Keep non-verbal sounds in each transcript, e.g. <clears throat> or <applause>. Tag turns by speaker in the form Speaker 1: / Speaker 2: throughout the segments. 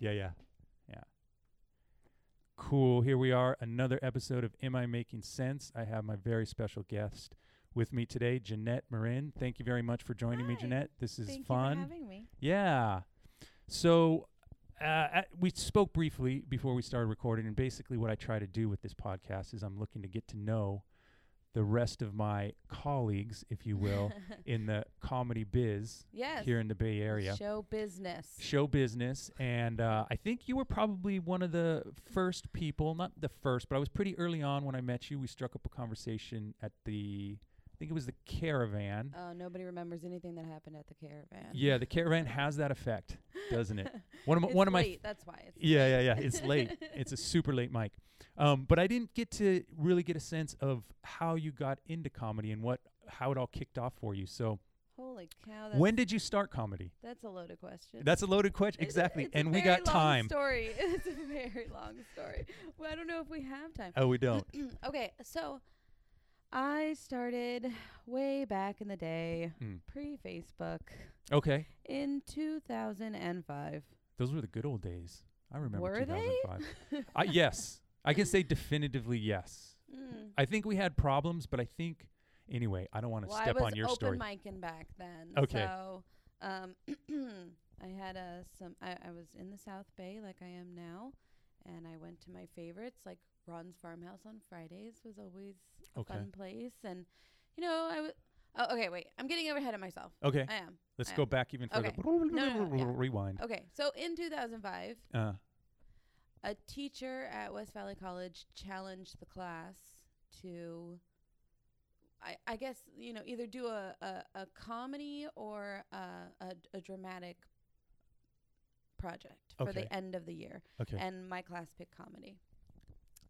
Speaker 1: Yeah, yeah. Yeah. Cool. Here we are, another episode of Am I Making Sense? I have my very special guest with me today, Jeanette Marin. Thank you very much for joining me,
Speaker 2: Hi.
Speaker 1: Jeanette. This is
Speaker 2: Thank
Speaker 1: fun.
Speaker 2: you for having me.
Speaker 1: Yeah. So uh, at- we spoke briefly before we started recording, and basically, what I try to do with this podcast is I'm looking to get to know the rest of my colleagues, if you
Speaker 2: <laughs>
Speaker 1: will, in the comedy biz
Speaker 2: yes.
Speaker 1: here in the Bay Area.
Speaker 2: Show business.
Speaker 1: Show business, and uh, I think you were probably one of the first people, not the first, but I was pretty early on when I met you. We struck up a conversation at the, I think it was the caravan.
Speaker 2: Oh, nobody remembers anything that happened at the caravan.
Speaker 1: Yeah, the caravan has that effect, doesn't
Speaker 2: <laughs>
Speaker 1: it? One of my,
Speaker 2: It's
Speaker 1: one of my
Speaker 2: late, that's why. It's
Speaker 1: Yeah, yeah, yeah.
Speaker 2: <laughs>
Speaker 1: It's late. it's a super late mic. Um, but I didn't get to really get a sense of how you got into comedy and what how it all kicked off for you. So
Speaker 2: Holy cow! Oh, That's,
Speaker 1: when did you start comedy?
Speaker 2: That's a loaded question. <laughs>
Speaker 1: That's a loaded question.
Speaker 2: It's a-
Speaker 1: Exactly.
Speaker 2: it's a
Speaker 1: and we
Speaker 2: very
Speaker 1: got
Speaker 2: long
Speaker 1: time.
Speaker 2: Story. <laughs> It's a very long story. Well, I don't know if we have time.
Speaker 1: Oh, we
Speaker 2: <laughs>
Speaker 1: don't.
Speaker 2: okay, so I started way back in the day,
Speaker 1: Mm.
Speaker 2: pre Facebook,
Speaker 1: Okay.
Speaker 2: in
Speaker 1: <laughs>
Speaker 2: 2005.
Speaker 1: Those were the good old days. I remember
Speaker 2: Were they?
Speaker 1: 2005. I, yes. I can say definitively yes.
Speaker 2: Mm.
Speaker 1: I think we had problems, but I think anyway, I don't want to
Speaker 2: well,
Speaker 1: step
Speaker 2: I was
Speaker 1: on your
Speaker 2: open
Speaker 1: story.
Speaker 2: micing back then.
Speaker 1: Okay.
Speaker 2: So, um, <clears throat> I had uh, some. I, I was in the South Bay, like I am now, and I went to my favorites, like Ron's Farmhouse on Fridays was always a
Speaker 1: Okay.
Speaker 2: fun place, and you know I was. Oh, okay, wait. I'm getting ahead of myself.
Speaker 1: Okay.
Speaker 2: I am.
Speaker 1: Let's
Speaker 2: I
Speaker 1: go
Speaker 2: am.
Speaker 1: back even further.
Speaker 2: Okay. no, no, yeah. Oh.
Speaker 1: Rewind.
Speaker 2: Okay, so in 2005,
Speaker 1: Uh,
Speaker 2: a teacher at West Valley College challenged the class to I, I guess you know either do a, a, a comedy or a, a, a dramatic project for
Speaker 1: Okay.
Speaker 2: the end of the year
Speaker 1: okay.
Speaker 2: and my class picked comedy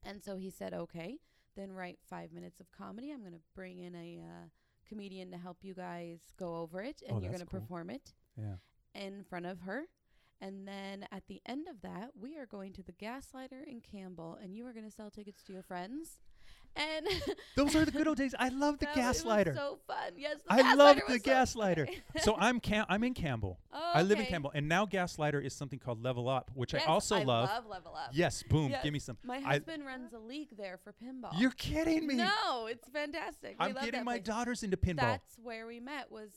Speaker 2: and so he said okay then write five minutes of comedy i'm going to bring in a uh, comedian to help you guys go over it and
Speaker 1: Oh,
Speaker 2: you're
Speaker 1: that's
Speaker 2: going to
Speaker 1: cool.
Speaker 2: perform it
Speaker 1: yeah.
Speaker 2: in front of her. And then at the end of that, we are going to the Gaslighter in Campbell, and you are going to sell tickets to your friends. And <laughs>
Speaker 1: Those are the good old days. I love the
Speaker 2: that was- it was
Speaker 1: gaslighter.
Speaker 2: so fun. Yes, the
Speaker 1: I loved
Speaker 2: Gaslighter
Speaker 1: the
Speaker 2: was so-
Speaker 1: gaslighter.
Speaker 2: Okay.
Speaker 1: so I'm Cam- I'm in Campbell. I live in
Speaker 2: Okay.
Speaker 1: Campbell, and now gaslighter is something called Level Up, which
Speaker 2: Yes,
Speaker 1: I also love.
Speaker 2: Level Up.
Speaker 1: Yes, boom,
Speaker 2: Yes.
Speaker 1: give me some.
Speaker 2: My
Speaker 1: I-
Speaker 2: husband runs a league there for pinball.
Speaker 1: You're kidding me.
Speaker 2: No, it's fantastic. We
Speaker 1: I'm
Speaker 2: love
Speaker 1: getting
Speaker 2: that
Speaker 1: my
Speaker 2: place.
Speaker 1: daughters into pinball.
Speaker 2: That's where we met was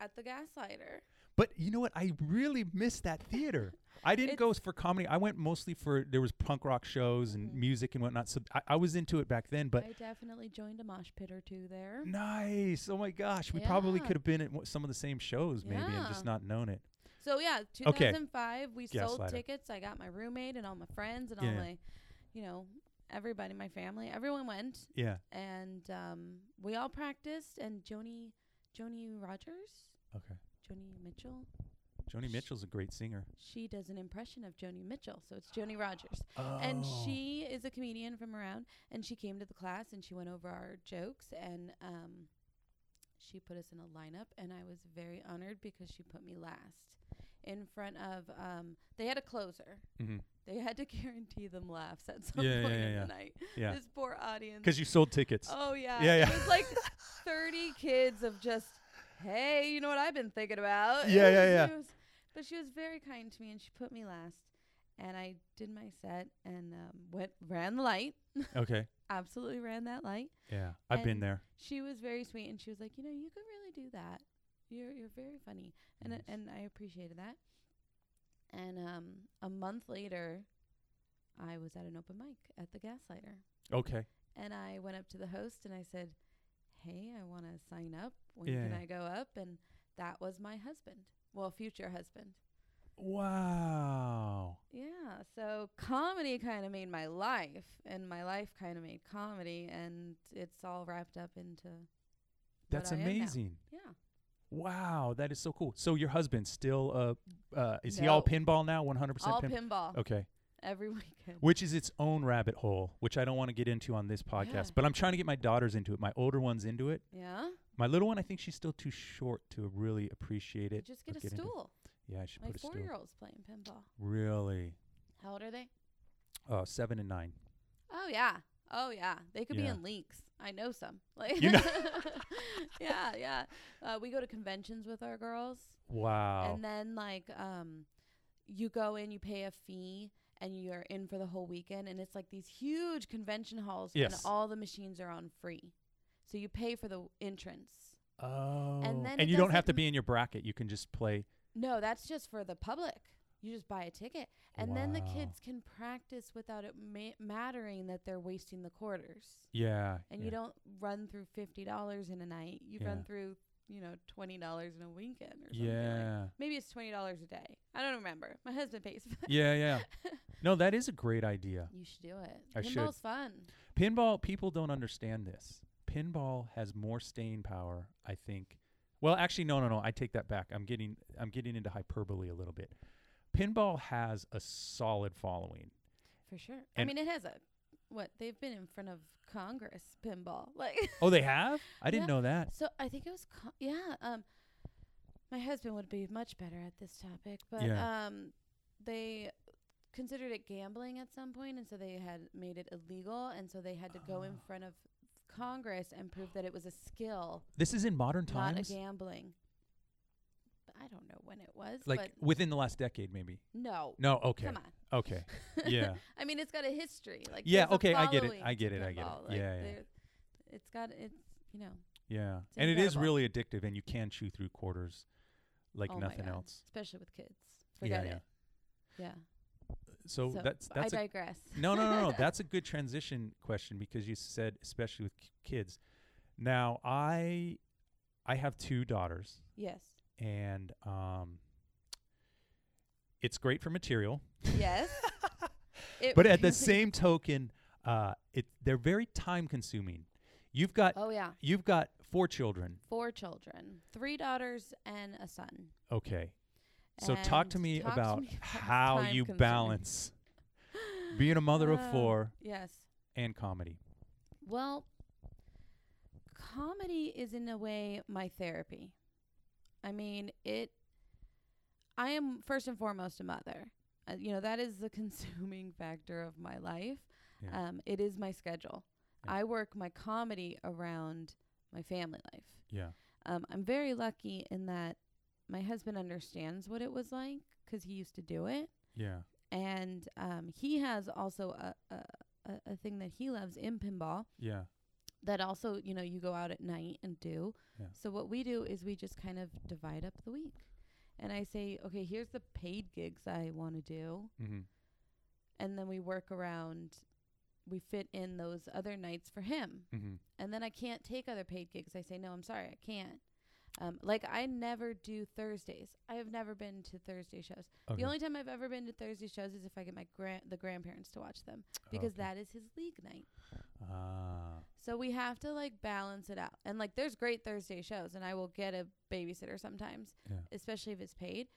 Speaker 2: at the Gaslighter.
Speaker 1: but you know what? I really miss that theater. I didn't go for comedy. I went mostly for there was punk rock shows and
Speaker 2: Mhm.
Speaker 1: music and whatnot. So I, I was into it back then. But Mm.
Speaker 2: I definitely joined a mosh pit or two there.
Speaker 1: nice. Oh my gosh, we probably
Speaker 2: Yeah.
Speaker 1: could have been at w- some of the same shows maybe and just
Speaker 2: Yeah.
Speaker 1: not known it.
Speaker 2: So yeah,
Speaker 1: Okay.
Speaker 2: 2005, we
Speaker 1: Gaslighter.
Speaker 2: sold tickets. I got my roommate and all my friends and
Speaker 1: Yeah.
Speaker 2: all my, you know, everybody, my family, everyone went,
Speaker 1: Yeah.
Speaker 2: and um, we all practiced. And Joni, Joni Rogers,
Speaker 1: Okay.
Speaker 2: Joni Mitchell,
Speaker 1: Joni Mitchell's a great singer.
Speaker 2: she does an impression of Joni Mitchell, so
Speaker 1: <gasps>
Speaker 2: it's Joni Rogers, and
Speaker 1: Oh.
Speaker 2: she is a comedian from around. And she came to the class and she went over our jokes and um, she put us in a lineup, and I was very honored because she put me last. In front of, um, they had a closer,
Speaker 1: Mm-hmm.
Speaker 2: they had to <laughs> guarantee them laughs at some
Speaker 1: Yeah, yeah,
Speaker 2: point
Speaker 1: yeah,
Speaker 2: in
Speaker 1: yeah.
Speaker 2: the night.
Speaker 1: Yeah.
Speaker 2: This poor audience.
Speaker 1: Because you sold tickets.
Speaker 2: oh yeah.
Speaker 1: Yeah, yeah.
Speaker 2: It was
Speaker 1: <laughs>
Speaker 2: like 30 kids of just, hey, you know what I've been thinking about? <laughs>
Speaker 1: Yeah,
Speaker 2: And
Speaker 1: yeah, yeah.
Speaker 2: she was- but she was very kind to me, and she put me last. And I did my set and um, went ran the light.
Speaker 1: Okay.
Speaker 2: Absolutely ran that light.
Speaker 1: Yeah. I've been
Speaker 2: And-
Speaker 1: there.
Speaker 2: She was very sweet, and she was like, you know, you could really do that. You're you're very funny and
Speaker 1: Nice.
Speaker 2: I- and I appreciated that. And um, a month later, I was at an open mic at the Gaslighter,
Speaker 1: Okay.
Speaker 2: and I went up to the host and I said, "Hey, I want to sign up. When can
Speaker 1: Yeah.
Speaker 2: I go up?" And that was my husband, well, future husband.
Speaker 1: Wow.
Speaker 2: Yeah, so comedy kind of made my life, and my life kind of made comedy, and it's all wrapped up into
Speaker 1: That's
Speaker 2: I am now.
Speaker 1: amazing.
Speaker 2: yeah.
Speaker 1: Wow. That is so cool. So your husband's still uh uh is he all
Speaker 2: No.
Speaker 1: pinball now? One hundred percent
Speaker 2: all
Speaker 1: pinball.
Speaker 2: pinball
Speaker 1: Okay.
Speaker 2: every <laughs> weekend.
Speaker 1: Which is its own rabbit hole, which I don't want to get into on this podcast.
Speaker 2: Yeah.
Speaker 1: But I'm trying to get my daughters into it. My older one's into it.
Speaker 2: Yeah,
Speaker 1: My little one, I think she's still too short to really appreciate
Speaker 2: you
Speaker 1: it.
Speaker 2: just get
Speaker 1: or
Speaker 2: a
Speaker 1: into it.
Speaker 2: stool.
Speaker 1: Yeah, I should
Speaker 2: My
Speaker 1: put a stool.
Speaker 2: four-year-old's playing pinball.
Speaker 1: Really?
Speaker 2: How old are they?
Speaker 1: Uh seven and nine.
Speaker 2: Oh yeah. Oh yeah. They could be
Speaker 1: Yeah.
Speaker 2: in leaks. I know some. <laughs> Like
Speaker 1: You know-
Speaker 2: Yeah, yeah. Uh, we go to conventions with our girls
Speaker 1: Wow.
Speaker 2: and then like um you go in, you pay a fee, and you're in for the whole weekend. And it's like these huge convention halls, and
Speaker 1: Yes.
Speaker 2: all the machines are on free. So you pay for the entrance.
Speaker 1: Oh.
Speaker 2: then it
Speaker 1: and you don't
Speaker 2: doesn't
Speaker 1: have to
Speaker 2: m-
Speaker 1: be in your bracket. You can just play.
Speaker 2: No, that's just for the public. You just buy a ticket. And then the
Speaker 1: Wow.
Speaker 2: kids can practice without it ma- mattering that they're wasting the quarters.
Speaker 1: Yeah.
Speaker 2: And
Speaker 1: yeah.
Speaker 2: you don't run through $50 in a night. You
Speaker 1: Yeah.
Speaker 2: run through, you know, $20 in a weekend or something. like-
Speaker 1: Yeah.
Speaker 2: Maybe it's $20 a day. I don't remember. My husband pays for that.
Speaker 1: yeah. Yeah.
Speaker 2: <laughs>
Speaker 1: No, that is a great idea.
Speaker 2: You should do it.
Speaker 1: I should.
Speaker 2: Pinball's fun.
Speaker 1: Pinball, people don't understand this. Pinball has more staying power, I think. Well, actually, no, no, no. I take that back. I'm getting, I'm getting into hyperbole a little bit. Pinball has a solid following.
Speaker 2: For sure. I
Speaker 1: And-
Speaker 2: mean, it has a what they've been in front of Congress pinball. Like
Speaker 1: Oh, they have? I didn't
Speaker 2: Yeah.
Speaker 1: know that.
Speaker 2: so, I think it was con- yeah. Um, my husband would be much better at this topic, but
Speaker 1: Yeah.
Speaker 2: um, they considered it gambling at some point, and so they had made it illegal, and so they had to go
Speaker 1: Ah.
Speaker 2: in front of Congress and prove that it was a skill,
Speaker 1: This is in modern
Speaker 2: not a
Speaker 1: times,
Speaker 2: gambling. But I don't know when it was,
Speaker 1: like
Speaker 2: but
Speaker 1: within the last decade, maybe.
Speaker 2: no,
Speaker 1: No, okay,
Speaker 2: come on. <laughs>
Speaker 1: okay, yeah.
Speaker 2: I mean, it's got a history. Like
Speaker 1: Yeah,
Speaker 2: there's a
Speaker 1: okay, I get it,
Speaker 2: following
Speaker 1: I
Speaker 2: to
Speaker 1: get it, I get it.
Speaker 2: pinball,
Speaker 1: Yeah, yeah.
Speaker 2: there- It's got it's you know
Speaker 1: Yeah.
Speaker 2: It's
Speaker 1: and it is
Speaker 2: incredible.
Speaker 1: really addictive and you can chew through quarters like
Speaker 2: oh my
Speaker 1: nothing
Speaker 2: God,
Speaker 1: else.
Speaker 2: especially with kids.
Speaker 1: Yeah,
Speaker 2: Forget
Speaker 1: yeah.
Speaker 2: it. Yeah.
Speaker 1: So, that's
Speaker 2: but
Speaker 1: that's
Speaker 2: I
Speaker 1: a,
Speaker 2: digress.
Speaker 1: No, no, no, no. that's a good transition question because you said especially with k- kids. Now, I I have two daughters
Speaker 2: <laughs> yes.
Speaker 1: and um it's great for material, <laughs>
Speaker 2: Yes. It
Speaker 1: but at the
Speaker 2: really-
Speaker 1: same token, uh it they're very time consuming. You've got
Speaker 2: <laughs> Oh yeah,
Speaker 1: you've got four children.
Speaker 2: four children, three daughters and a son.
Speaker 1: Okay. So talk to
Speaker 2: And
Speaker 1: me
Speaker 2: talk to
Speaker 1: about
Speaker 2: me about
Speaker 1: <laughs> how
Speaker 2: time
Speaker 1: you
Speaker 2: consuming.
Speaker 1: balance being a mother of
Speaker 2: Uh,
Speaker 1: four
Speaker 2: Yes.
Speaker 1: and comedy.
Speaker 2: Well, comedy is in a way my therapy. I mean, it. I am first and foremost a mother. Uh, you know that is the <laughs> consuming factor of my life.
Speaker 1: Yeah.
Speaker 2: Um, it is my schedule.
Speaker 1: Yeah.
Speaker 2: I work my comedy around my family life.
Speaker 1: Yeah.
Speaker 2: Um, I'm very lucky in that my husband understands what it was like 'cause he used to do it
Speaker 1: Yeah.
Speaker 2: and um, he has also a, a a- a thing that he loves in pinball
Speaker 1: Yeah.
Speaker 2: that also you know you go out at night and do.
Speaker 1: Yeah.
Speaker 2: So what we do is we just kind of divide up the week, and I say, okay, here's the paid gigs I want to do,
Speaker 1: Mm-hmm.
Speaker 2: and then we work around. We fit in those other nights for him,
Speaker 1: Mm-hmm.
Speaker 2: and then I can't take other paid gigs. I say, no, I'm sorry, I can't. Um, like I never do Thursdays. I have never been to Thursday shows.
Speaker 1: Okay.
Speaker 2: The only time I've ever been to Thursday shows is if I get my grand the grandparents to watch them because
Speaker 1: Okay.
Speaker 2: that is his league night.
Speaker 1: Ah.
Speaker 2: So we have to like balance it out. And like there's great Thursday shows and I will get a babysitter sometimes,
Speaker 1: Yeah.
Speaker 2: especially if it's paid.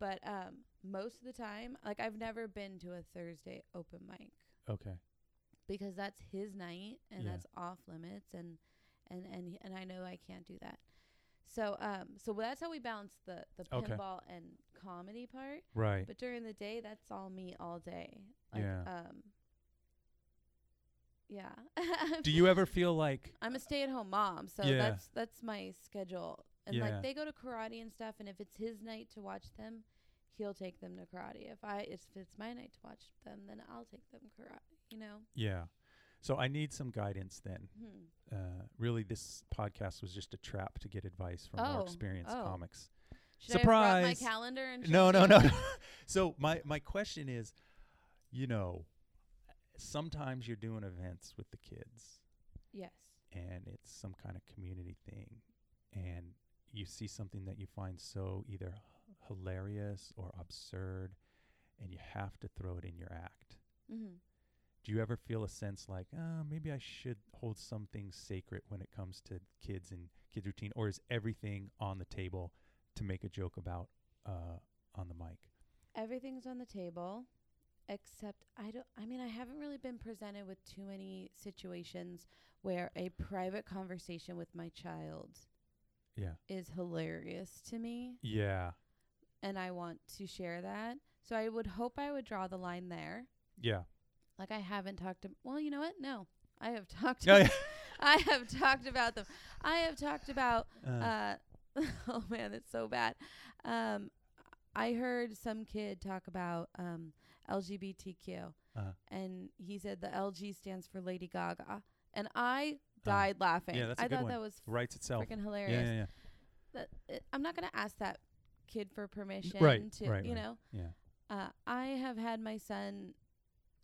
Speaker 2: But um most of the time, like I've never been to a Thursday open mic
Speaker 1: Okay.
Speaker 2: because that's his night and
Speaker 1: Yeah.
Speaker 2: that's off limits and and and and I know I can't do that. So um so that's how we balance the the
Speaker 1: Okay.
Speaker 2: pinball and comedy part.
Speaker 1: Right.
Speaker 2: But during the day, that's all me all day. Like,
Speaker 1: Yeah.
Speaker 2: Um, yeah.
Speaker 1: Do you ever feel like?
Speaker 2: <laughs> I'm a stay-at-home mom, so
Speaker 1: Yeah.
Speaker 2: that's that's my schedule. And
Speaker 1: Yeah.
Speaker 2: like they go to karate and stuff, and if it's his night to watch them, he'll take them to karate. If I if it's my night to watch them, then I'll take them karate. You know.
Speaker 1: Yeah. So I need some guidance then.
Speaker 2: Hmm.
Speaker 1: Uh, really, this podcast was just a trap to get advice from more
Speaker 2: Oh,
Speaker 1: experienced
Speaker 2: oh.
Speaker 1: comics.
Speaker 2: Should I have brought my
Speaker 1: Surprise.
Speaker 2: calendar and
Speaker 1: No, no,
Speaker 2: shown
Speaker 1: no. <laughs>
Speaker 2: you?
Speaker 1: so my my question is, you know, sometimes you're doing events with the kids.
Speaker 2: <laughs> Yes.
Speaker 1: and it's some kind of community thing and you see something that you find so either h- hilarious or absurd and you have to throw it in your act
Speaker 2: Mm-hmm.
Speaker 1: do you ever feel a sense like oh, maybe i should hold something sacred when it comes to kids and kids routine or is everything on the table to make a joke about uh, on the mic
Speaker 2: everything's on the table except i don't i mean i haven't really been presented with too many situations where a private conversation with my child
Speaker 1: yeah
Speaker 2: is hilarious to me
Speaker 1: yeah
Speaker 2: and i want to share that so i would hope i would draw the line there
Speaker 1: yeah
Speaker 2: like i haven't talked to well you know what no i have <laughs> talked
Speaker 1: Oh, Yeah, yeah.
Speaker 2: i have talked about them i have talked about <laughs>
Speaker 1: Uh,
Speaker 2: uh, oh man, it's so bad. Um, I heard some kid talk about um, LGBTQ,
Speaker 1: Uh-huh.
Speaker 2: and he said the LG stands for Lady Gaga, and I died laughing.
Speaker 1: yeah, that's a
Speaker 2: I
Speaker 1: good
Speaker 2: thought
Speaker 1: one.
Speaker 2: that was
Speaker 1: Writes itself.
Speaker 2: freaking hilarious.
Speaker 1: Yeah, yeah, yeah.
Speaker 2: That, it, I'm not gonna ask that kid for permission
Speaker 1: right,
Speaker 2: to,
Speaker 1: right,
Speaker 2: you
Speaker 1: right.
Speaker 2: know.
Speaker 1: yeah.
Speaker 2: Uh, I have had my son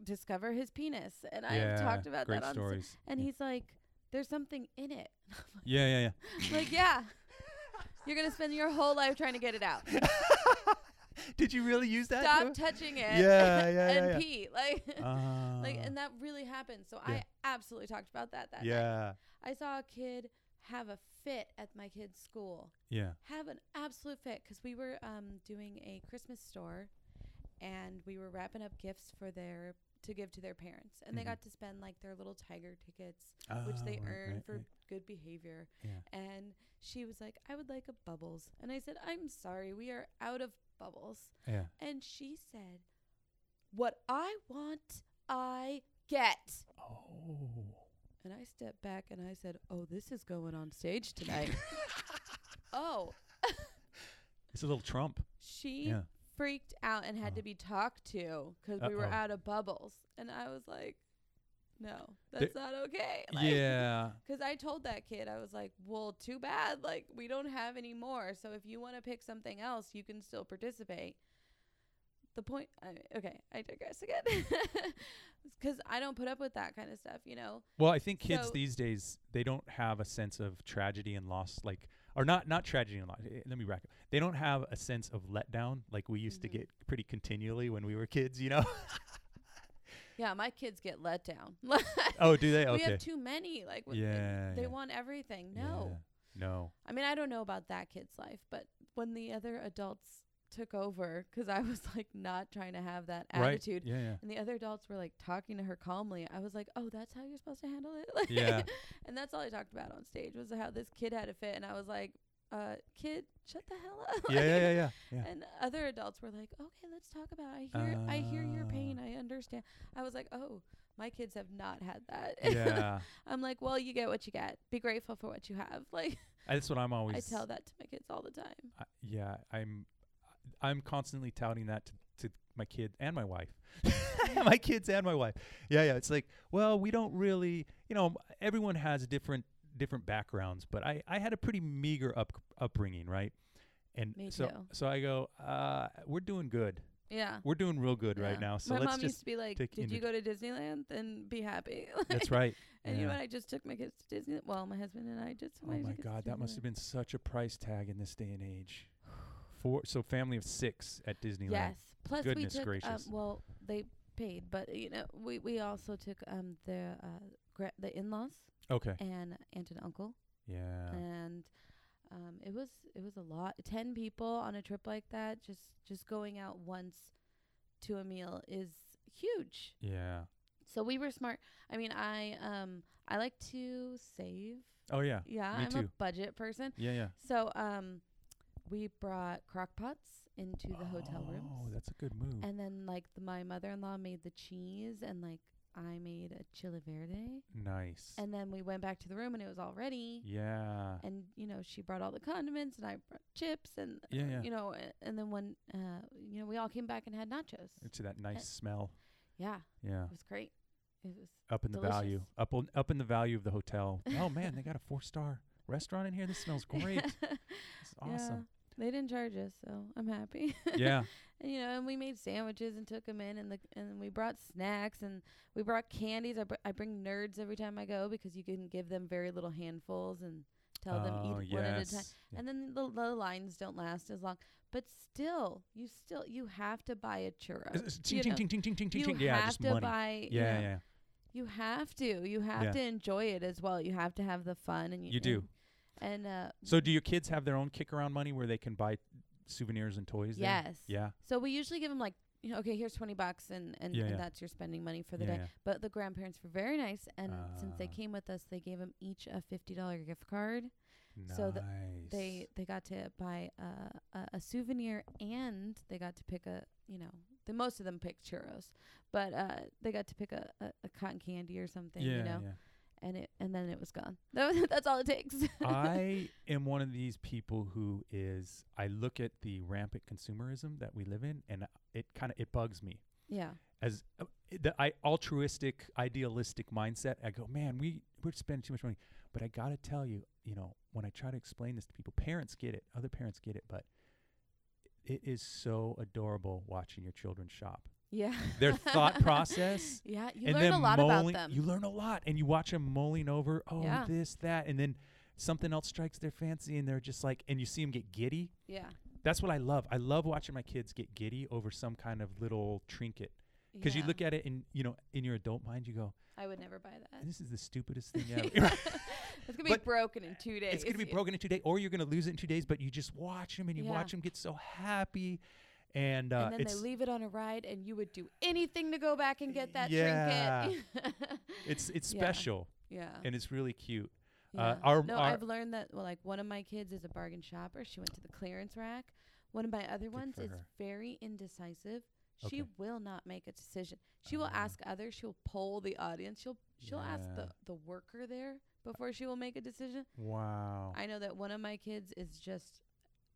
Speaker 2: discover his penis, and I have
Speaker 1: Yeah,
Speaker 2: talked about
Speaker 1: great
Speaker 2: that on. s-
Speaker 1: stories.
Speaker 2: And
Speaker 1: yeah.
Speaker 2: he's like, "There's something in it." I'm like,
Speaker 1: Yeah, yeah, yeah.
Speaker 2: <laughs> like, yeah. You're gonna spend your whole life trying to get it out.
Speaker 1: <laughs> Did you really use that?
Speaker 2: Stop touching it. <laughs>
Speaker 1: Yeah, yeah, yeah,
Speaker 2: and
Speaker 1: yeah.
Speaker 2: pee. Like, <laughs>
Speaker 1: uh,
Speaker 2: like, and that really happened. So
Speaker 1: yeah.
Speaker 2: I absolutely talked about that. That night.
Speaker 1: yeah,
Speaker 2: I saw a kid have a fit at my kid's school.
Speaker 1: yeah.
Speaker 2: Have an absolute fit because we were um, doing a Christmas store, and we were wrapping up gifts for their to give to their parents, and they
Speaker 1: Mhm.
Speaker 2: got to spend like their little tiger tickets, which they
Speaker 1: Oh, right,
Speaker 2: earned
Speaker 1: right,
Speaker 2: for
Speaker 1: right.
Speaker 2: good behavior.
Speaker 1: Yeah.
Speaker 2: and she was like, I would like a bubbles. And I said, I'm sorry, we are out of bubbles.
Speaker 1: Yeah.
Speaker 2: And she said, What I want, I get.
Speaker 1: Oh.
Speaker 2: And I stepped back and I said, Oh, this is going on stage tonight. oh,
Speaker 1: It's a little Trump.
Speaker 2: she
Speaker 1: Yeah.
Speaker 2: freaked out and had
Speaker 1: Uh-huh.
Speaker 2: to be talked to because we were
Speaker 1: Uh-oh.
Speaker 2: out of bubbles. And I was like, No,
Speaker 1: There-
Speaker 2: that's not okay. Like,
Speaker 1: yeah.
Speaker 2: Because I told that kid, I was like, well, too bad. Like, we don't have any more. So if you want to pick something else, you can still participate. The point, I, okay, I digress again. <laughs> Because I don't put up with that kind of stuff, you know?
Speaker 1: Well, I think kids
Speaker 2: So-
Speaker 1: these days they don't have a sense of tragedy and loss, like or not not tragedy and loss. eh, Let me back up. They don't have a sense of letdown like we used
Speaker 2: Mhm.
Speaker 1: to get pretty continually when we were kids. You know? <laughs>
Speaker 2: Yeah, my kids get let down. <laughs>
Speaker 1: oh, do they?
Speaker 2: We
Speaker 1: Okay.
Speaker 2: have too many. Like, w- and
Speaker 1: Yeah,
Speaker 2: they
Speaker 1: yeah.
Speaker 2: want everything. No.
Speaker 1: Yeah. No.
Speaker 2: I mean, I don't know about that kid's life, but when the other adults took over, 'cause I was like not trying to have that attitude.
Speaker 1: Right.
Speaker 2: <laughs>
Speaker 1: Yeah.
Speaker 2: And the other adults were like talking to her calmly. I was like, "Oh, that's how you're supposed to handle it." Like,
Speaker 1: Yeah.
Speaker 2: <laughs> and that's all I talked about on stage was how this kid had a fit, and I was like, "Uh, kid, shut the hell up."
Speaker 1: Yeah. yeah. Yeah. Yeah. Yeah.
Speaker 2: <laughs>
Speaker 1: yeah.
Speaker 2: And other adults were like, "Okay, let's talk about. It. I hear, I hear your
Speaker 1: Ah.
Speaker 2: pain. I understand." I was like, "Oh, my kids have not had that." <laughs>
Speaker 1: yeah.
Speaker 2: I'm like, "Well, you get what you get. Be grateful for what you have." <laughs> Like,
Speaker 1: I- That's what I'm always.
Speaker 2: I tell that to my kids all the time.
Speaker 1: I, yeah, I'm. I'm constantly touting that to, to my kid and my wife, <laughs> my kids and my wife. Yeah, yeah. It's like, well, we don't really, you know, everyone has different different backgrounds, but I I had a pretty meager up upbringing, right? And
Speaker 2: Me
Speaker 1: so
Speaker 2: too.
Speaker 1: so I go, uh, we're doing good.
Speaker 2: Yeah.
Speaker 1: We're doing real good
Speaker 2: Yeah.
Speaker 1: right now. So
Speaker 2: my
Speaker 1: let's
Speaker 2: mom
Speaker 1: just.
Speaker 2: used to be like,
Speaker 1: take
Speaker 2: "Did you
Speaker 1: inventory."
Speaker 2: go to Disneyland? Then be happy." <laughs>
Speaker 1: That's right.
Speaker 2: And you know
Speaker 1: Yeah.
Speaker 2: what? I just took my kids to Disney. Well, my husband and I just. took
Speaker 1: Oh my
Speaker 2: kids to
Speaker 1: God, that must have
Speaker 2: Disneyland.
Speaker 1: been such a price tag in this day and
Speaker 2: <sighs>
Speaker 1: age. Four, so family of six at Disneyland.
Speaker 2: Yes. Plus,
Speaker 1: Goodness
Speaker 2: we took.
Speaker 1: gracious.
Speaker 2: Um, well, they paid, but you know, we we also took um the uh gra- the in laws
Speaker 1: Okay.
Speaker 2: and aunt and uncle,
Speaker 1: Yeah.
Speaker 2: and um it was it was a lot. Ten people on a trip like that, just just going out once to a meal is huge.
Speaker 1: Yeah.
Speaker 2: So we were smart. I mean, I um I like to save.
Speaker 1: Oh yeah.
Speaker 2: Yeah,
Speaker 1: me
Speaker 2: I'm a
Speaker 1: too.
Speaker 2: budget person.
Speaker 1: Yeah, yeah.
Speaker 2: So um, we brought crock pots into the hotel
Speaker 1: Oh,
Speaker 2: rooms,
Speaker 1: that's a good move.
Speaker 2: and then like the, my mother-in-law made the cheese, and like I made a chile verde,
Speaker 1: nice.
Speaker 2: and then we went back to the room, and it was all ready.
Speaker 1: yeah.
Speaker 2: And you know she brought all the condiments, and I brought chips, and uh,
Speaker 1: Yeah, yeah.
Speaker 2: you know, a- and then when uh, you know we all came back and had nachos.
Speaker 1: to that nice smell.
Speaker 2: yeah,
Speaker 1: Yeah.
Speaker 2: it was great. It was
Speaker 1: Up in the value.
Speaker 2: delicious.
Speaker 1: Up on, up in the value of the hotel. oh man, they got a four star restaurant in here. This
Speaker 2: <laughs>
Speaker 1: smells great. It's awesome.
Speaker 2: Yeah, they didn't charge us, so I'm happy.
Speaker 1: Yeah.
Speaker 2: And, you know, and we made sandwiches and took 'em in, and the and we brought snacks and we brought candies. I, br- I bring nerds every time I go because you can give them very little handfuls and tell them
Speaker 1: Oh,
Speaker 2: eat one at a time.
Speaker 1: yes. Yeah.
Speaker 2: And then the, the lines don't last as long, but still, you still you have to buy a churro.
Speaker 1: It's- it's
Speaker 2: you
Speaker 1: Ching, ching, ching,
Speaker 2: know.
Speaker 1: ching, ching, ching, ching,
Speaker 2: you
Speaker 1: ching. Yeah,
Speaker 2: have
Speaker 1: just
Speaker 2: to
Speaker 1: money.
Speaker 2: buy. you
Speaker 1: yeah,
Speaker 2: know,
Speaker 1: yeah, yeah.
Speaker 2: You have to. You have
Speaker 1: Yeah.
Speaker 2: to enjoy it as well. You have to have the fun, and
Speaker 1: You do.
Speaker 2: And, and uh,
Speaker 1: So do your kids have their own kick around money where they can buy souvenirs and toys? there?
Speaker 2: yes,
Speaker 1: Yeah.
Speaker 2: So we usually give 'em like, you know, okay, here's 20 bucks and, and,
Speaker 1: Yeah,
Speaker 2: and
Speaker 1: yeah.
Speaker 2: that's your spending money for the
Speaker 1: yeah,
Speaker 2: day. But the grandparents were very nice. And since they
Speaker 1: Ah.
Speaker 2: came with us, they gave 'em each a $50 gift card.
Speaker 1: yeah.
Speaker 2: So th-
Speaker 1: nice.
Speaker 2: They they got to buy uh, a, a souvenir and they got to pick a, you know, the most of them picked churros, but uh, they got to pick a, a, a cotton candy or something,
Speaker 1: yeah,
Speaker 2: you know.
Speaker 1: yeah.
Speaker 2: and it and then it was gone. <laughs> That was- That's all it takes.
Speaker 1: I am one of these people who is I look at the rampant consumerism that we live in, and uh, it kind of it bugs me
Speaker 2: <laughs> yeah.
Speaker 1: as uh, i- the I, altruistic, idealistic mindset. I go, man, we we're spending too much money. But I gotta tell you, you know, when I try to explain this to people, parents get it, other parents get it, but it is so adorable watching your children shop.
Speaker 2: Yeah.
Speaker 1: Their
Speaker 2: <laughs>
Speaker 1: thought process
Speaker 2: Yeah, you
Speaker 1: and
Speaker 2: learn
Speaker 1: then
Speaker 2: a lot
Speaker 1: mulling-
Speaker 2: about them.
Speaker 1: You learn a lot, and you watch them mulling over, oh,
Speaker 2: Yeah.
Speaker 1: this, that, and then something else strikes their fancy, and they're just like, and you see them get giddy.
Speaker 2: yeah.
Speaker 1: That's what I love. I love watching my kids get giddy over some kind of little trinket because you look at it and you know in your adult mind you go,
Speaker 2: I would never buy
Speaker 1: <laughs>
Speaker 2: that.
Speaker 1: this is the stupidest
Speaker 2: <laughs>
Speaker 1: thing ever.
Speaker 2: It's gonna be
Speaker 1: But
Speaker 2: broken in two days.
Speaker 1: it's gonna be
Speaker 2: Yeah.
Speaker 1: broken in two days, or you're gonna lose it in two days. But you just watch them and you
Speaker 2: Yeah.
Speaker 1: watch them get so happy, and, uh,
Speaker 2: and then they
Speaker 1: it's
Speaker 2: leave it on a ride, and you would do anything to go back and get that trinket. <laughs>
Speaker 1: it's it's
Speaker 2: Yeah.
Speaker 1: special
Speaker 2: yeah.
Speaker 1: and it's really cute.
Speaker 2: yeah.
Speaker 1: our-
Speaker 2: no,
Speaker 1: our-
Speaker 2: I've learned that. Well, like one of my kids is a bargain shopper. She went to the clearance rack. One of my other ones
Speaker 1: for
Speaker 2: is
Speaker 1: her.
Speaker 2: very indecisive. She
Speaker 1: Okay.
Speaker 2: will not make a decision. She will
Speaker 1: Ah.
Speaker 2: ask others. She'll poll the audience. She'll she'll ask
Speaker 1: Yeah.
Speaker 2: the the worker there before she will make a decision.
Speaker 1: Wow.
Speaker 2: I know that one of my kids is just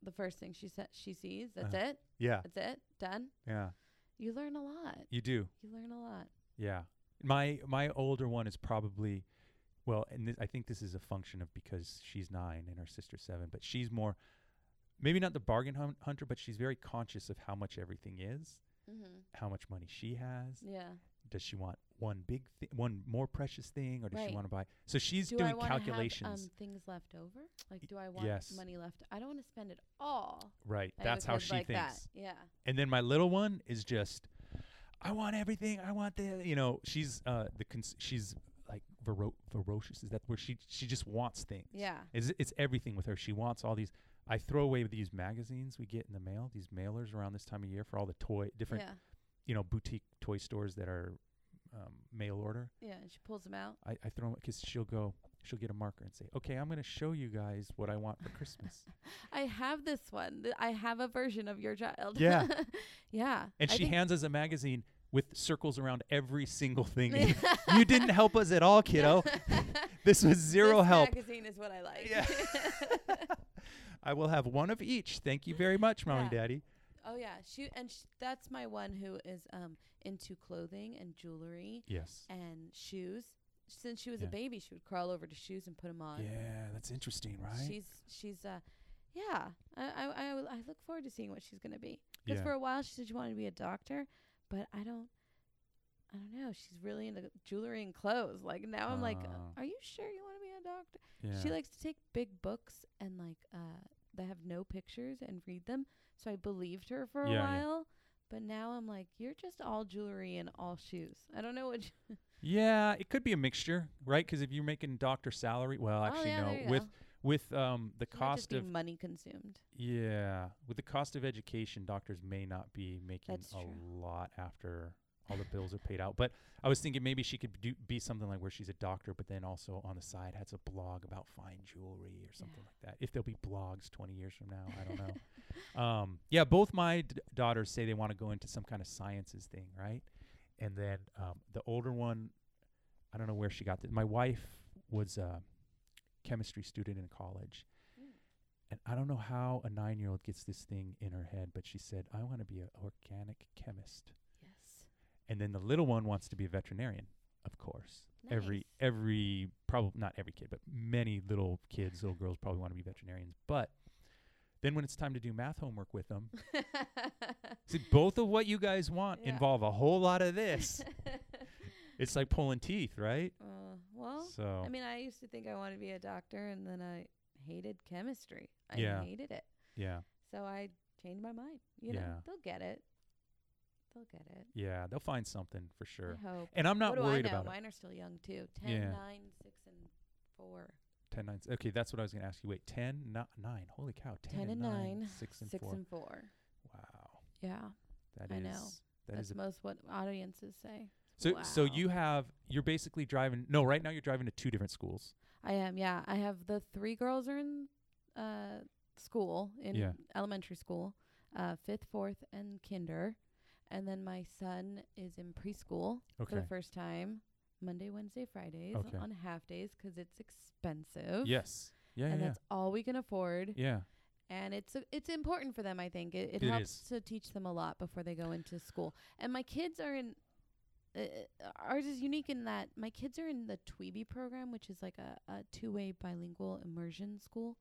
Speaker 2: the first thing she sa- she sees. That's
Speaker 1: Uh-huh.
Speaker 2: it.
Speaker 1: yeah,
Speaker 2: That's it. Done.
Speaker 1: yeah.
Speaker 2: You learn a lot.
Speaker 1: You do.
Speaker 2: You learn a lot.
Speaker 1: Yeah. My my older one is probably well, and th- I think this is a function of because she's 9 and her sister's 7, but she's more maybe not the bargain hun- hunter, but she's very conscious of how much everything is,
Speaker 2: Mm-hmm.
Speaker 1: how much money she has.
Speaker 2: Yeah.
Speaker 1: Does she want one big thing, one more precious thing or does
Speaker 2: Right.
Speaker 1: she want to buy? So she's
Speaker 2: do I
Speaker 1: doing
Speaker 2: want to have
Speaker 1: calculations.
Speaker 2: um, things left over? Like,
Speaker 1: Y-
Speaker 2: do I want
Speaker 1: yes.
Speaker 2: money left? I don't want to spend it all.
Speaker 1: right.
Speaker 2: I have a
Speaker 1: That's how
Speaker 2: kid
Speaker 1: she
Speaker 2: like
Speaker 1: thinks.
Speaker 2: that. Yeah.
Speaker 1: And then my little one is just, I want everything. I want the, you know, she's uh the cons- she's like vero- ferocious. Is that where she she just wants things?
Speaker 2: Yeah.
Speaker 1: It's, it's everything with her. She wants all these. I throw away these magazines we get in the mail, these mailers around this time of year for all the toy different,
Speaker 2: Yeah.
Speaker 1: you know, boutique toy stores that are um, mail order.
Speaker 2: Yeah. And she pulls them out.
Speaker 1: I, I throw them because she'll go, she'll get a marker and say, "Okay, I'm going to show you guys what I want for
Speaker 2: <laughs>
Speaker 1: Christmas."
Speaker 2: I have this one. Th- I have a version of your child.
Speaker 1: Yeah.
Speaker 2: <laughs> yeah.
Speaker 1: And
Speaker 2: I
Speaker 1: she
Speaker 2: think-
Speaker 1: hands us a magazine with circles around every single
Speaker 2: <laughs>
Speaker 1: thing. in it. you didn't help us at all, kiddo. <laughs> This was zero
Speaker 2: This
Speaker 1: help.
Speaker 2: Magazine is what I like.
Speaker 1: Yeah. I will have one of each. Thank you very much, mommy,
Speaker 2: Yeah.
Speaker 1: daddy.
Speaker 2: <laughs> oh yeah. She and sh- that's my one who is um into clothing and jewelry
Speaker 1: Yes.
Speaker 2: and shoes. Since she was
Speaker 1: Yeah.
Speaker 2: a baby, she would crawl over to shoes and put 'em on.
Speaker 1: Yeah, that's interesting, right?
Speaker 2: She's she's uh yeah. I I I, will- I look forward to seeing what she's gonna be. Because
Speaker 1: Yeah.
Speaker 2: for a while she said she wanted to be a doctor, but I don't I don't know. She's really into jewelry and clothes. Like now I'm like,
Speaker 1: Ah.
Speaker 2: are you sure you want to be a doctor?
Speaker 1: yeah.
Speaker 2: She likes to take big books and like uh that have no pictures and read them. So I believed her for
Speaker 1: Yeah,
Speaker 2: a
Speaker 1: yeah.
Speaker 2: while. But now I'm like, you're just all jewelry and all shoes. I don't know what. you-
Speaker 1: yeah, it could be a mixture, right? Because if you're making doctor salary, well,
Speaker 2: oh,
Speaker 1: actually
Speaker 2: yeah, there
Speaker 1: no,
Speaker 2: you
Speaker 1: with
Speaker 2: go.
Speaker 1: with um the
Speaker 2: She might just
Speaker 1: cost
Speaker 2: be
Speaker 1: of
Speaker 2: money consumed.
Speaker 1: yeah, with the cost of education, doctors may not be making
Speaker 2: That's
Speaker 1: a
Speaker 2: true.
Speaker 1: lot after all the bills are paid out. But I was thinking maybe she could do be something like where she's a doctor, but then also on the side has a blog about fine jewelry or something like that. If there'll be blogs 20 years from now, I don't know. um, yeah, both my d- daughters say they want to go into some kind of sciences thing, right? And then um, the older one, I don't know where she got this. My wife was a chemistry student in college.
Speaker 2: Mm.
Speaker 1: And I don't know how a nine year old gets this thing in her head, but she said, I want to be an organic chemist.
Speaker 2: Yes.
Speaker 1: And then the little one wants to be a veterinarian, of course. Every,
Speaker 2: Nice.
Speaker 1: every, probably not every kid, but many little kids, little girls probably want to be veterinarians. But then when it's time to do math homework with them,
Speaker 2: <laughs>
Speaker 1: see, both of what you guys want
Speaker 2: Yeah.
Speaker 1: involve a whole lot of
Speaker 2: <laughs>
Speaker 1: this. it's like pulling teeth, right?
Speaker 2: uh, well,
Speaker 1: so,
Speaker 2: I mean, I used to think I wanted to be a doctor, and then I hated chemistry. I
Speaker 1: Yeah.
Speaker 2: hated it,
Speaker 1: yeah.
Speaker 2: so I changed my mind. You know,
Speaker 1: Yeah.
Speaker 2: they'll get it. They'll get it.
Speaker 1: Yeah. They'll find something for sure.
Speaker 2: I hope.
Speaker 1: And I'm not
Speaker 2: what do
Speaker 1: worried
Speaker 2: I know?
Speaker 1: about it.
Speaker 2: Mine are still young too. Ten, nine,
Speaker 1: Yeah.
Speaker 2: six, and four.
Speaker 1: 10 9 okay that's what i was going to ask you wait 10 no- 9 holy cow 10,
Speaker 2: Ten, and nine,
Speaker 1: 6 and
Speaker 2: six
Speaker 1: 4
Speaker 2: and four.
Speaker 1: wow
Speaker 2: Yeah,
Speaker 1: that
Speaker 2: I
Speaker 1: is
Speaker 2: know.
Speaker 1: that
Speaker 2: that's
Speaker 1: is a,
Speaker 2: most what audiences say.
Speaker 1: so so
Speaker 2: wow.
Speaker 1: you have you're basically driving no right now you're driving to two different schools
Speaker 2: I am. Yeah, I have the three girls are in uh, school in
Speaker 1: Yeah.
Speaker 2: elementary school, uh, fifth, fourth, and kinder, and then my son is in preschool for
Speaker 1: okay
Speaker 2: the first time. Monday, Wednesday, Fridays
Speaker 1: Okay.
Speaker 2: on half days because it's expensive.
Speaker 1: Yes. Yeah.
Speaker 2: and
Speaker 1: yeah.
Speaker 2: that's all we can afford.
Speaker 1: yeah. Yeah.
Speaker 2: And it's a, it's important for them, I think. It, it,
Speaker 1: It
Speaker 2: helps
Speaker 1: is.
Speaker 2: to teach them a lot before they go into school. And my kids are in. Uh, uh, ours is unique in that my kids are in the Tweeby program, which is like a, a two-way bilingual immersion school.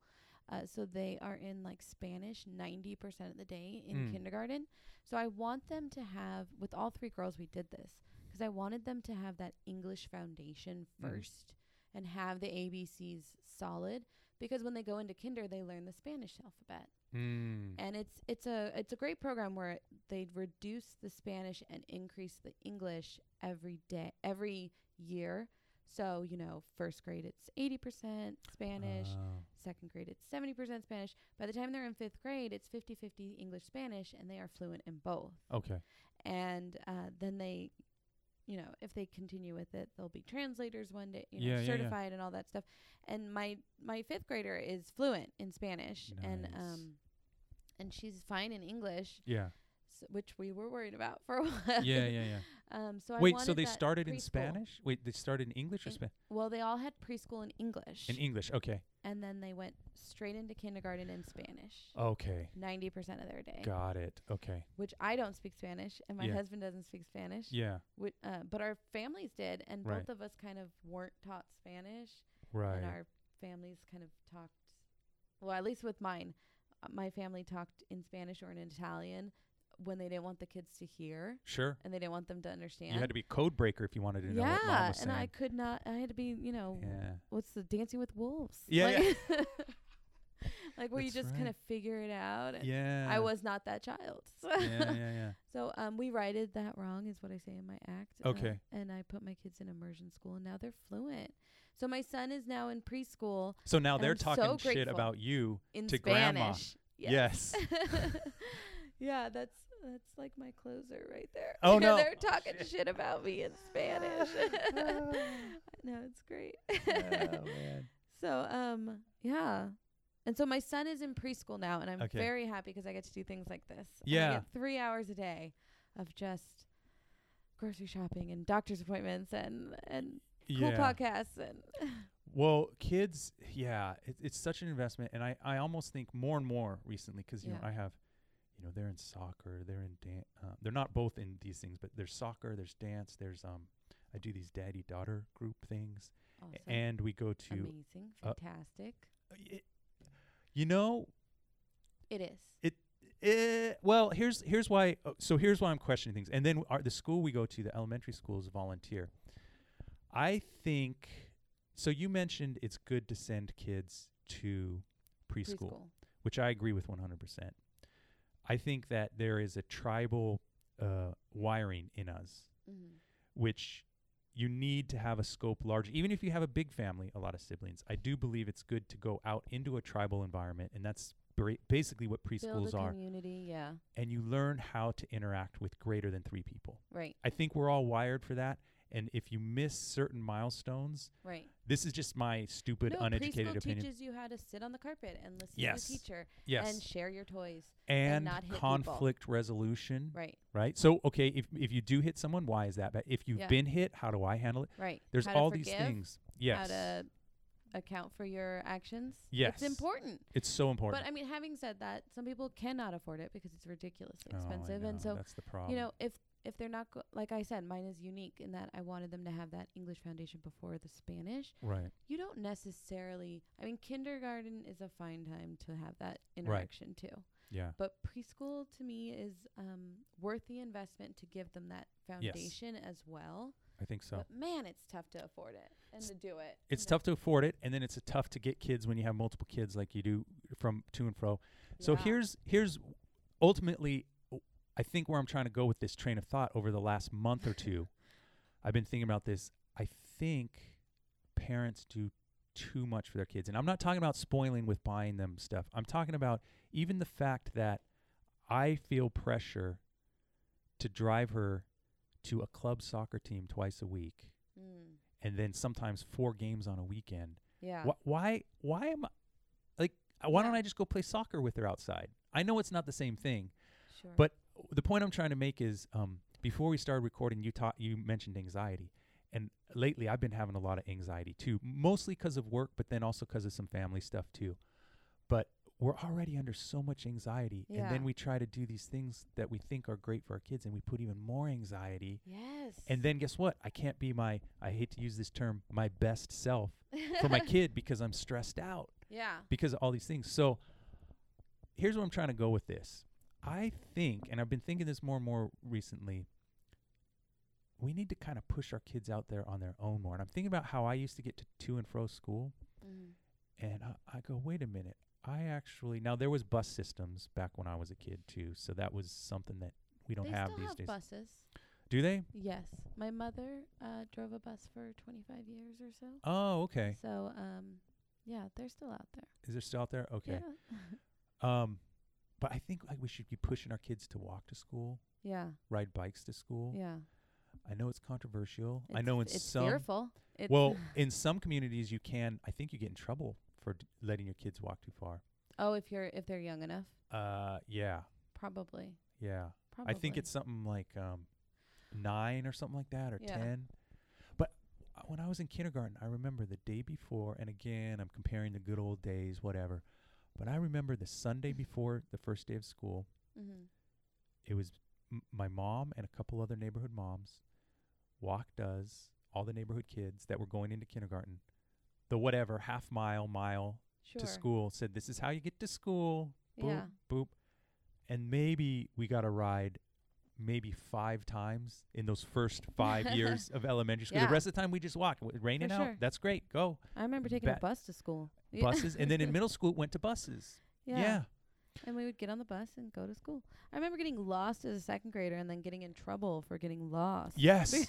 Speaker 2: Uh, so they are in like Spanish 90% of the day in
Speaker 1: Mm.
Speaker 2: kindergarten. So I want them to have, with all three girls, we did this because I wanted them to have that English foundation
Speaker 1: Mm.
Speaker 2: first and have the ABCs solid because when they go into kinder, they learn the Spanish alphabet
Speaker 1: Mm.
Speaker 2: and it's it's a it's a great program where they reduce the Spanish and increase the English every day every year. So you know, first grade it's eighty percent Spanish,
Speaker 1: Oh.
Speaker 2: second grade it's seventy percent Spanish. By the time they're in fifth grade, it's 50-50 English Spanish, and they are fluent in both.
Speaker 1: okay.
Speaker 2: And uh, then they, you know, if they continue with it, they'll be translators one day, you know,
Speaker 1: Yeah, yeah, yeah.
Speaker 2: certified and all that stuff. And my my fifth grader is fluent in Spanish, and
Speaker 1: Nice.
Speaker 2: um, and she's fine in English,
Speaker 1: Yeah.
Speaker 2: <laughs> s- which we were worried about for a <laughs> while.
Speaker 1: Yeah. Yeah. Yeah.
Speaker 2: Um. So I
Speaker 1: Wait.
Speaker 2: wanted
Speaker 1: So they
Speaker 2: that
Speaker 1: started in
Speaker 2: preschool-
Speaker 1: Spanish. Wait. They started in English or
Speaker 2: In-
Speaker 1: Spanish?
Speaker 2: Well, they all had preschool in English,
Speaker 1: In English. Okay.
Speaker 2: and then they went straight into kindergarten in Spanish.
Speaker 1: Okay.
Speaker 2: Ninety percent of their day,
Speaker 1: Oh. Got it. Okay.
Speaker 2: which I don't speak Spanish, and my
Speaker 1: Yeah.
Speaker 2: husband doesn't speak Spanish.
Speaker 1: Yeah.
Speaker 2: Wi- uh, but our families did, and
Speaker 1: Right.
Speaker 2: both of us kind of weren't taught Spanish, and
Speaker 1: Right.
Speaker 2: our families kind of talked. Well, at least with mine, uh, my family talked in Spanish or in Italian when they didn't want the kids to hear
Speaker 1: Sure.
Speaker 2: and they didn't want them to understand.
Speaker 1: You had to be code breaker if you wanted to know
Speaker 2: yeah,
Speaker 1: what mom was
Speaker 2: and I
Speaker 1: saying.
Speaker 2: could not. I had to be, you know,
Speaker 1: yeah.
Speaker 2: what's the Dancing with Wolves?
Speaker 1: Yeah,
Speaker 2: like, <laughs>
Speaker 1: <laughs>
Speaker 2: like where you
Speaker 1: That's
Speaker 2: just
Speaker 1: right.
Speaker 2: kind of figure it out. and
Speaker 1: Yeah.
Speaker 2: I was not that child.
Speaker 1: Yeah. Yeah.
Speaker 2: <laughs>
Speaker 1: Yeah.
Speaker 2: So um, we righted that wrong, is what I say in my act. uh,
Speaker 1: Okay.
Speaker 2: and I put my kids in immersion school, and now they're fluent. So my son is now in preschool
Speaker 1: So now
Speaker 2: And
Speaker 1: they're
Speaker 2: I'm so
Speaker 1: talking shit
Speaker 2: grateful.
Speaker 1: about you.
Speaker 2: in
Speaker 1: To grandma.
Speaker 2: Spanish.
Speaker 1: Yes.
Speaker 2: <laughs> yeah, that's that's like my closer right there.
Speaker 1: Oh, no.
Speaker 2: <laughs> they're
Speaker 1: Oh,
Speaker 2: talking
Speaker 1: shit.
Speaker 2: shit about me in Spanish. <laughs>
Speaker 1: <laughs>
Speaker 2: no, it's great.
Speaker 1: oh man.
Speaker 2: <laughs> so um, yeah. And so my son is in preschool now, and I'm
Speaker 1: Okay.
Speaker 2: very happy because I get to do things like this. And I
Speaker 1: Yeah.
Speaker 2: get three hours a day of just grocery shopping and doctor's appointments and and cool
Speaker 1: yeah.
Speaker 2: podcasts and <laughs>
Speaker 1: Well, kids, yeah, it, it's such an investment, and I, I almost think more and more recently 'cause you know
Speaker 2: Yeah.
Speaker 1: I have, you know, they're in soccer, they're in dan- uh, they're not both in these things, but there's soccer, there's dance, there's um, I do these daddy daughter group things,
Speaker 2: awesome.
Speaker 1: a- and we go to,
Speaker 2: amazing,
Speaker 1: uh,
Speaker 2: fantastic.
Speaker 1: y- you know,
Speaker 2: it is.
Speaker 1: Eh, well, here's here's why. oh, So here's why I'm questioning things. And then our, the school we go to, the elementary schools volunteer. I think. So you mentioned it's good to send kids to preschool, which I agree with 100. percent I think that there is a tribal uh, wiring in us,
Speaker 2: Mm-hmm.
Speaker 1: which you need to have a scope large. Even if you have a big family, a lot of siblings, I do believe it's good to go out into a tribal environment, and that's bra- basically what preschools
Speaker 2: Build a
Speaker 1: are
Speaker 2: community, yeah,
Speaker 1: and you learn how to interact with greater than three people.
Speaker 2: right,
Speaker 1: I think we're all wired for that. And if you miss certain milestones,
Speaker 2: right.
Speaker 1: this is just my stupid,
Speaker 2: no,
Speaker 1: uneducated
Speaker 2: preschool
Speaker 1: opinion.
Speaker 2: teaches you how to sit on the carpet and listen
Speaker 1: Yes.
Speaker 2: to the teacher and
Speaker 1: yes.
Speaker 2: share your toys,
Speaker 1: And,
Speaker 2: not hit people.
Speaker 1: conflict resolution, right.
Speaker 2: right,
Speaker 1: So, okay, if, if you do hit someone, why is that? But if you've
Speaker 2: Yeah.
Speaker 1: been hit, how do I handle it?
Speaker 2: right.
Speaker 1: There's
Speaker 2: How to
Speaker 1: all these
Speaker 2: forgive,
Speaker 1: things. Yes.
Speaker 2: How to account for your actions.
Speaker 1: Yes.
Speaker 2: it's important.
Speaker 1: it's so important.
Speaker 2: But I mean, having said that, some people cannot afford it because it's ridiculously
Speaker 1: Oh, I
Speaker 2: expensive, and
Speaker 1: know,
Speaker 2: so
Speaker 1: that's the problem.
Speaker 2: you know if if they're not go- like I said, mine is unique in that I wanted them to have that English foundation before the Spanish.
Speaker 1: right.
Speaker 2: you don't necessarily i mean kindergarten is a fine time to have that interaction too
Speaker 1: Yeah.
Speaker 2: but preschool to me is um, worth the investment to give them that foundation as well
Speaker 1: I think so.
Speaker 2: but man it's tough to afford it and
Speaker 1: S-
Speaker 2: to do it
Speaker 1: it's tough to afford it and then it's tough to get kids when you have multiple kids like you do from to and fro so
Speaker 2: Yeah.
Speaker 1: here's here's ultimately w- i think where i'm trying to go with this train of thought over the last month or two i've been thinking about this i think parents do too much for their kids and i'm not talking about spoiling with buying them stuff i'm talking about even the fact that i feel pressure to drive her to a club soccer team twice a week
Speaker 2: mm.
Speaker 1: and then sometimes four games on a weekend
Speaker 2: yeah
Speaker 1: Wh- why why am I like uh, why don't
Speaker 2: Yeah.
Speaker 1: I just go play soccer with her outside? I know it's not the same thing,
Speaker 2: sure
Speaker 1: but the point I'm trying to make is um before we started recording you taught you mentioned anxiety And lately, I've been having a lot of anxiety too, mostly because of work, but then also because of some family stuff too. But we're already under so much anxiety, and
Speaker 2: Yeah.
Speaker 1: then we try to do these things that we think are great for our kids, and we put even more anxiety.
Speaker 2: Yes.
Speaker 1: And
Speaker 2: <laughs>
Speaker 1: then guess what? I can't be my, I hate to use this term, my best self for
Speaker 2: <laughs>
Speaker 1: my kid because I'm stressed out
Speaker 2: yeah.
Speaker 1: because of all these things. So here's where I'm trying to go with this. I think, and I've been thinking this more and more recently, we need to kind of push our kids out there on their own more. And I'm thinking about how I used to get to to and fro school, Mm-hmm.
Speaker 2: Mm.
Speaker 1: and I, I go, wait a minute. I actually now there was bus systems back when I was a kid too, so that was something that we don't
Speaker 2: They
Speaker 1: have
Speaker 2: still
Speaker 1: these
Speaker 2: have
Speaker 1: days.
Speaker 2: buses.
Speaker 1: Do they?
Speaker 2: Yes. My mother uh, drove a bus for 25 years or so.
Speaker 1: Oh, okay.
Speaker 2: So, um, yeah, they're still out there.
Speaker 1: Is there still out there? Okay.
Speaker 2: Yeah. <laughs>
Speaker 1: Um, but I think like we should be pushing our kids to walk to school,
Speaker 2: yeah.
Speaker 1: ride bikes to school.
Speaker 2: Yeah.
Speaker 1: I know it's controversial. I
Speaker 2: It's-
Speaker 1: know in
Speaker 2: it's
Speaker 1: some
Speaker 2: fearful. It's <sighs>
Speaker 1: well, in some communities you can. I think you get in trouble for d- letting your kids walk too far.
Speaker 2: oh, if you're if they're young enough,
Speaker 1: Uh, yeah,
Speaker 2: probably.
Speaker 1: yeah.
Speaker 2: Probably.
Speaker 1: I think it's something like um, nine or something like that, or
Speaker 2: Yeah.
Speaker 1: ten. But uh, when I was in kindergarten, I remember the day before, and again, I'm comparing the good old days, whatever. But I remember the Sunday before the first day of school.
Speaker 2: Mm-hmm.
Speaker 1: it was m- my mom and a couple other neighborhood moms walked us all the neighborhood kids that were going into kindergarten the whatever half mile mile
Speaker 2: Sure.
Speaker 1: to school said this is how you get to school boop
Speaker 2: Yeah.
Speaker 1: boop and maybe we got a ride maybe five times in those first five
Speaker 2: <laughs>
Speaker 1: years of elementary school
Speaker 2: Yeah.
Speaker 1: the rest of the time we just walked W- raining out
Speaker 2: sure.
Speaker 1: that's great go
Speaker 2: I remember taking a
Speaker 1: Ba-
Speaker 2: bus to school.
Speaker 1: <laughs>
Speaker 2: Yeah.
Speaker 1: buses and then in middle school it went to buses
Speaker 2: <laughs>
Speaker 1: yeah,
Speaker 2: And we would get on the bus and go to school. I remember getting lost as a second grader and then getting in trouble for getting lost. <laughs>
Speaker 1: yes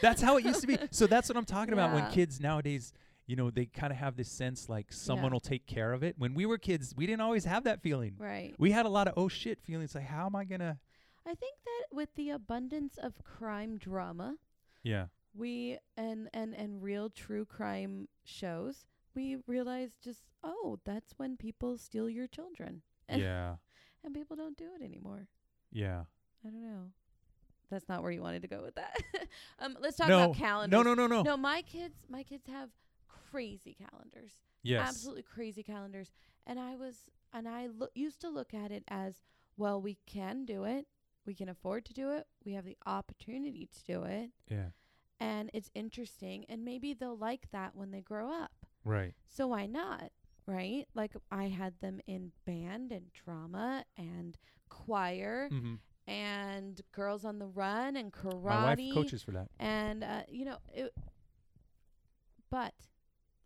Speaker 1: That's how it used to be. So that's what I'm talking about when
Speaker 2: Yeah.
Speaker 1: kids nowadays, you know, they kind of have this sense like someone
Speaker 2: Yeah.
Speaker 1: will take care of it. When we were kids, we didn't always have that feeling.
Speaker 2: Right.
Speaker 1: We had a lot of oh shit feelings like how am I going to
Speaker 2: I think that with the abundance of crime drama,
Speaker 1: Yeah.
Speaker 2: <laughs> we and and and real true crime shows, we realize just oh, that's when people steal your children. <laughs> And
Speaker 1: Yeah.
Speaker 2: and people don't do it anymore.
Speaker 1: Yeah.
Speaker 2: I don't know. That's not where you wanted to go with that. <laughs> um let's talk
Speaker 1: no.
Speaker 2: about calendars.
Speaker 1: No, no, no, no.
Speaker 2: No, my kids my kids have crazy calendars.
Speaker 1: Yes.
Speaker 2: absolutely crazy calendars and i was and i lo- used to look at it as well we can do it we can afford to do it we have the opportunity to do it
Speaker 1: Yeah.
Speaker 2: and it's interesting and maybe they'll like that when they grow up
Speaker 1: Right.
Speaker 2: so why not right like i had them in band and drama and choir
Speaker 1: Mm-hmm.
Speaker 2: and girls on the run and karate
Speaker 1: My wife coaches for that.
Speaker 2: and uh, you know it but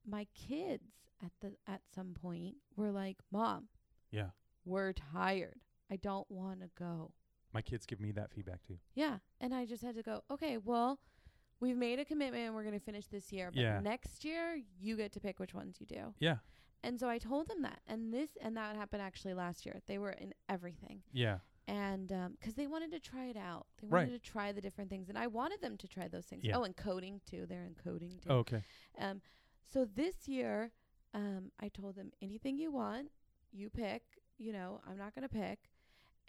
Speaker 2: my kids at the at some point were like mom
Speaker 1: Yeah.
Speaker 2: we're tired i don't want to go
Speaker 1: My kids give me that feedback too.
Speaker 2: yeah and i just had to go okay well we've made a commitment and we're going to finish this year but
Speaker 1: Yeah.
Speaker 2: next year you get to pick which ones you do
Speaker 1: Yeah.
Speaker 2: and so i told them that and this and that happened actually last year they were in everything
Speaker 1: Yeah.
Speaker 2: and um 'cause they wanted to try it out they
Speaker 1: Right.
Speaker 2: wanted to try the different things and i wanted them to try those things
Speaker 1: Yeah. Oh,
Speaker 2: oh and coding too they're in coding too
Speaker 1: Okay.
Speaker 2: um, so this year, um, I told them anything you want, you pick. You know, I'm not gonna pick.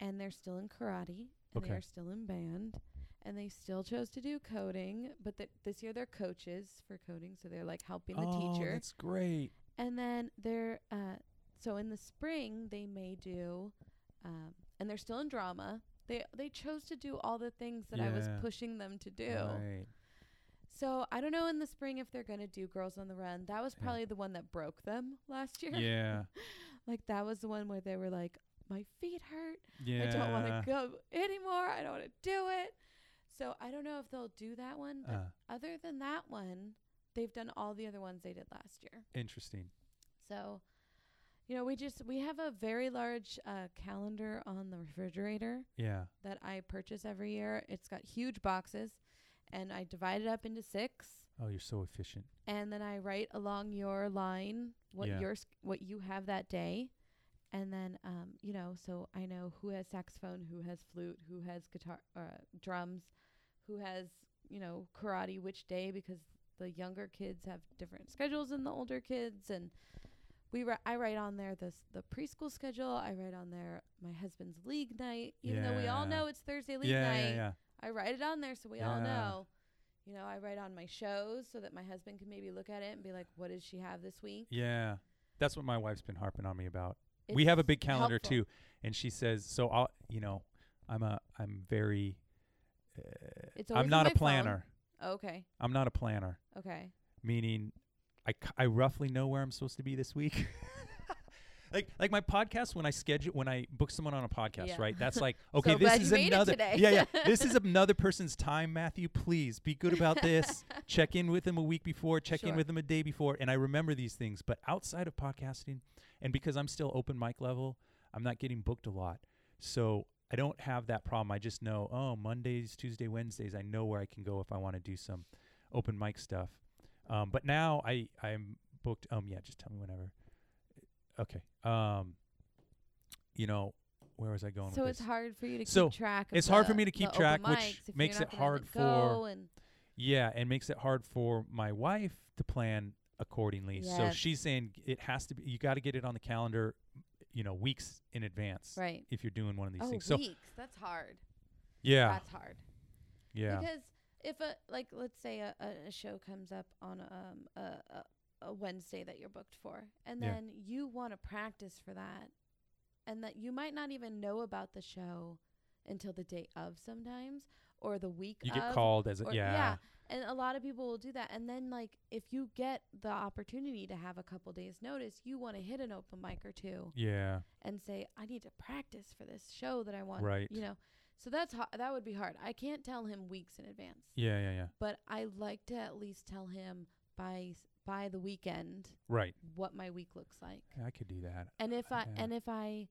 Speaker 2: And they're still in karate, and
Speaker 1: Okay.
Speaker 2: they are still in band, and they still chose to do coding. But th- this year they're coaches for coding, so they're like helping the
Speaker 1: oh,
Speaker 2: teacher.
Speaker 1: That's great.
Speaker 2: And then they're uh, so in the spring they may do, um, and they're still in drama. They they chose to do all the things that I was
Speaker 1: Yeah.
Speaker 2: pushing them to do. <laughs>
Speaker 1: Right.
Speaker 2: So I don't know in the spring if they're gonna do Girls on the Run. That was
Speaker 1: Yeah.
Speaker 2: probably the one that broke them <laughs> last year.
Speaker 1: Yeah.
Speaker 2: Like that was the one where they were like, My feet hurt.
Speaker 1: Yeah.
Speaker 2: I don't wanna go anymore. I don't wanna do it. So I don't know if they'll do that one, but
Speaker 1: Uh,
Speaker 2: other than that one, they've done all the other ones they did last year.
Speaker 1: interesting.
Speaker 2: So you know, we just we have a very large uh, calendar on the refrigerator
Speaker 1: Yeah.
Speaker 2: that I purchase every year. It's got huge boxes and I divide it up into six
Speaker 1: Oh, you're so efficient.
Speaker 2: and then I write along your line what
Speaker 1: Yeah.
Speaker 2: your s what you have that day, and then um, you know, so I know who has saxophone, who has flute, who has guitar, uh, drums, who has you know karate which day because the younger kids have different schedules than the older kids, and we ri- I write on there the s the preschool schedule. I write on there my husband's league night, even though we all
Speaker 1: Yeah.
Speaker 2: know it's Thursday league
Speaker 1: yeah,
Speaker 2: night.
Speaker 1: yeah. Yeah.
Speaker 2: I write it on there so we all
Speaker 1: Yeah.
Speaker 2: know. you know, I write on my shows so that my husband can maybe look at it and be like, what does she have this week?
Speaker 1: Yeah. That's what my wife's been harping on me about. we have a
Speaker 2: It's
Speaker 1: big calendar
Speaker 2: helpful.
Speaker 1: too, and she says, "So I'll, you know, I'm a, I'm very, uh,
Speaker 2: It's always
Speaker 1: I'm
Speaker 2: in
Speaker 1: not a
Speaker 2: my phone.
Speaker 1: planner.
Speaker 2: Okay.
Speaker 1: I'm not a planner.
Speaker 2: Okay.
Speaker 1: Meaning, I, c- I roughly know where I'm supposed to be this week. <laughs> like, like my podcast when I schedule when I book someone on a podcast,
Speaker 2: Yeah.
Speaker 1: right?
Speaker 2: <laughs>
Speaker 1: That's like, okay,
Speaker 2: So
Speaker 1: this
Speaker 2: glad you
Speaker 1: is
Speaker 2: made it
Speaker 1: another,
Speaker 2: today.
Speaker 1: yeah,
Speaker 2: <laughs>
Speaker 1: yeah, this is another person's time. Matthew, please be good about this.
Speaker 2: <laughs>
Speaker 1: check in with them a week before, check in
Speaker 2: Sure.
Speaker 1: with them a day before, and I remember these things. But outside of podcasting, and because I'm still open mic level, I'm not getting booked a lot, so I don't have that problem. I just know, oh, Mondays, Tuesday, Wednesdays, I know where I can go if I want to do some open mic stuff. Um, but now I I'm booked. Um, yeah, just tell me whenever. Okay. Um, you know, where was I going?
Speaker 2: So
Speaker 1: with
Speaker 2: it's
Speaker 1: this?
Speaker 2: hard for you to
Speaker 1: So
Speaker 2: keep track. Of
Speaker 1: it's hard for
Speaker 2: the-
Speaker 1: me to
Speaker 2: the
Speaker 1: keep
Speaker 2: open
Speaker 1: track, which
Speaker 2: mics if you're
Speaker 1: makes
Speaker 2: not
Speaker 1: it
Speaker 2: gonna
Speaker 1: hard
Speaker 2: go
Speaker 1: for-
Speaker 2: and
Speaker 1: Yeah, and makes it hard for my wife to plan accordingly. So
Speaker 2: Yes.
Speaker 1: she's saying it has to be. You got to get it on the calendar, you know, weeks in advance
Speaker 2: right.
Speaker 1: if you're doing one of these
Speaker 2: Oh,
Speaker 1: things.
Speaker 2: weeks.
Speaker 1: So
Speaker 2: That's hard.
Speaker 1: yeah,
Speaker 2: That's hard.
Speaker 1: yeah,
Speaker 2: Because if a like let's say a, a- a show comes up on um a, a a Wednesday that you're booked for, and
Speaker 1: Yeah.
Speaker 2: then you want to practice for that, and that you might not even know about the show until the day of sometimes or the week
Speaker 1: you
Speaker 2: of.
Speaker 1: get called as a,
Speaker 2: or-
Speaker 1: yeah,
Speaker 2: yeah. And a lot of people will do that. And then like if you get the opportunity to have a couple days notice, you want to hit an open mic or two
Speaker 1: yeah,
Speaker 2: and say, I need to practice for this show that I want.
Speaker 1: Right.
Speaker 2: You know. So that's ho- that would be hard. I can't tell him weeks in advance,
Speaker 1: yeah, yeah, yeah.
Speaker 2: but I like to at least tell him by s- by the weekend
Speaker 1: Right.
Speaker 2: what my week looks like.
Speaker 1: Yeah, I could do that.
Speaker 2: And if I
Speaker 1: Yeah.
Speaker 2: and if I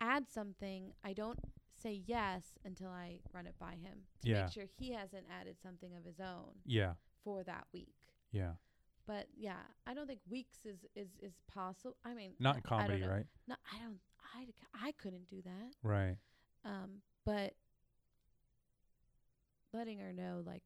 Speaker 2: add something, I don't say yes until I run it by him to
Speaker 1: Yeah.
Speaker 2: make sure he hasn't added something of his own
Speaker 1: Yeah,
Speaker 2: for that week.
Speaker 1: yeah.
Speaker 2: But yeah, I don't think weeks is is is possible. I mean,
Speaker 1: Not in
Speaker 2: I- I don't
Speaker 1: comedy,
Speaker 2: know.
Speaker 1: right?
Speaker 2: No, I don't. I d- I couldn't do that.
Speaker 1: Right.
Speaker 2: Um, but letting her know like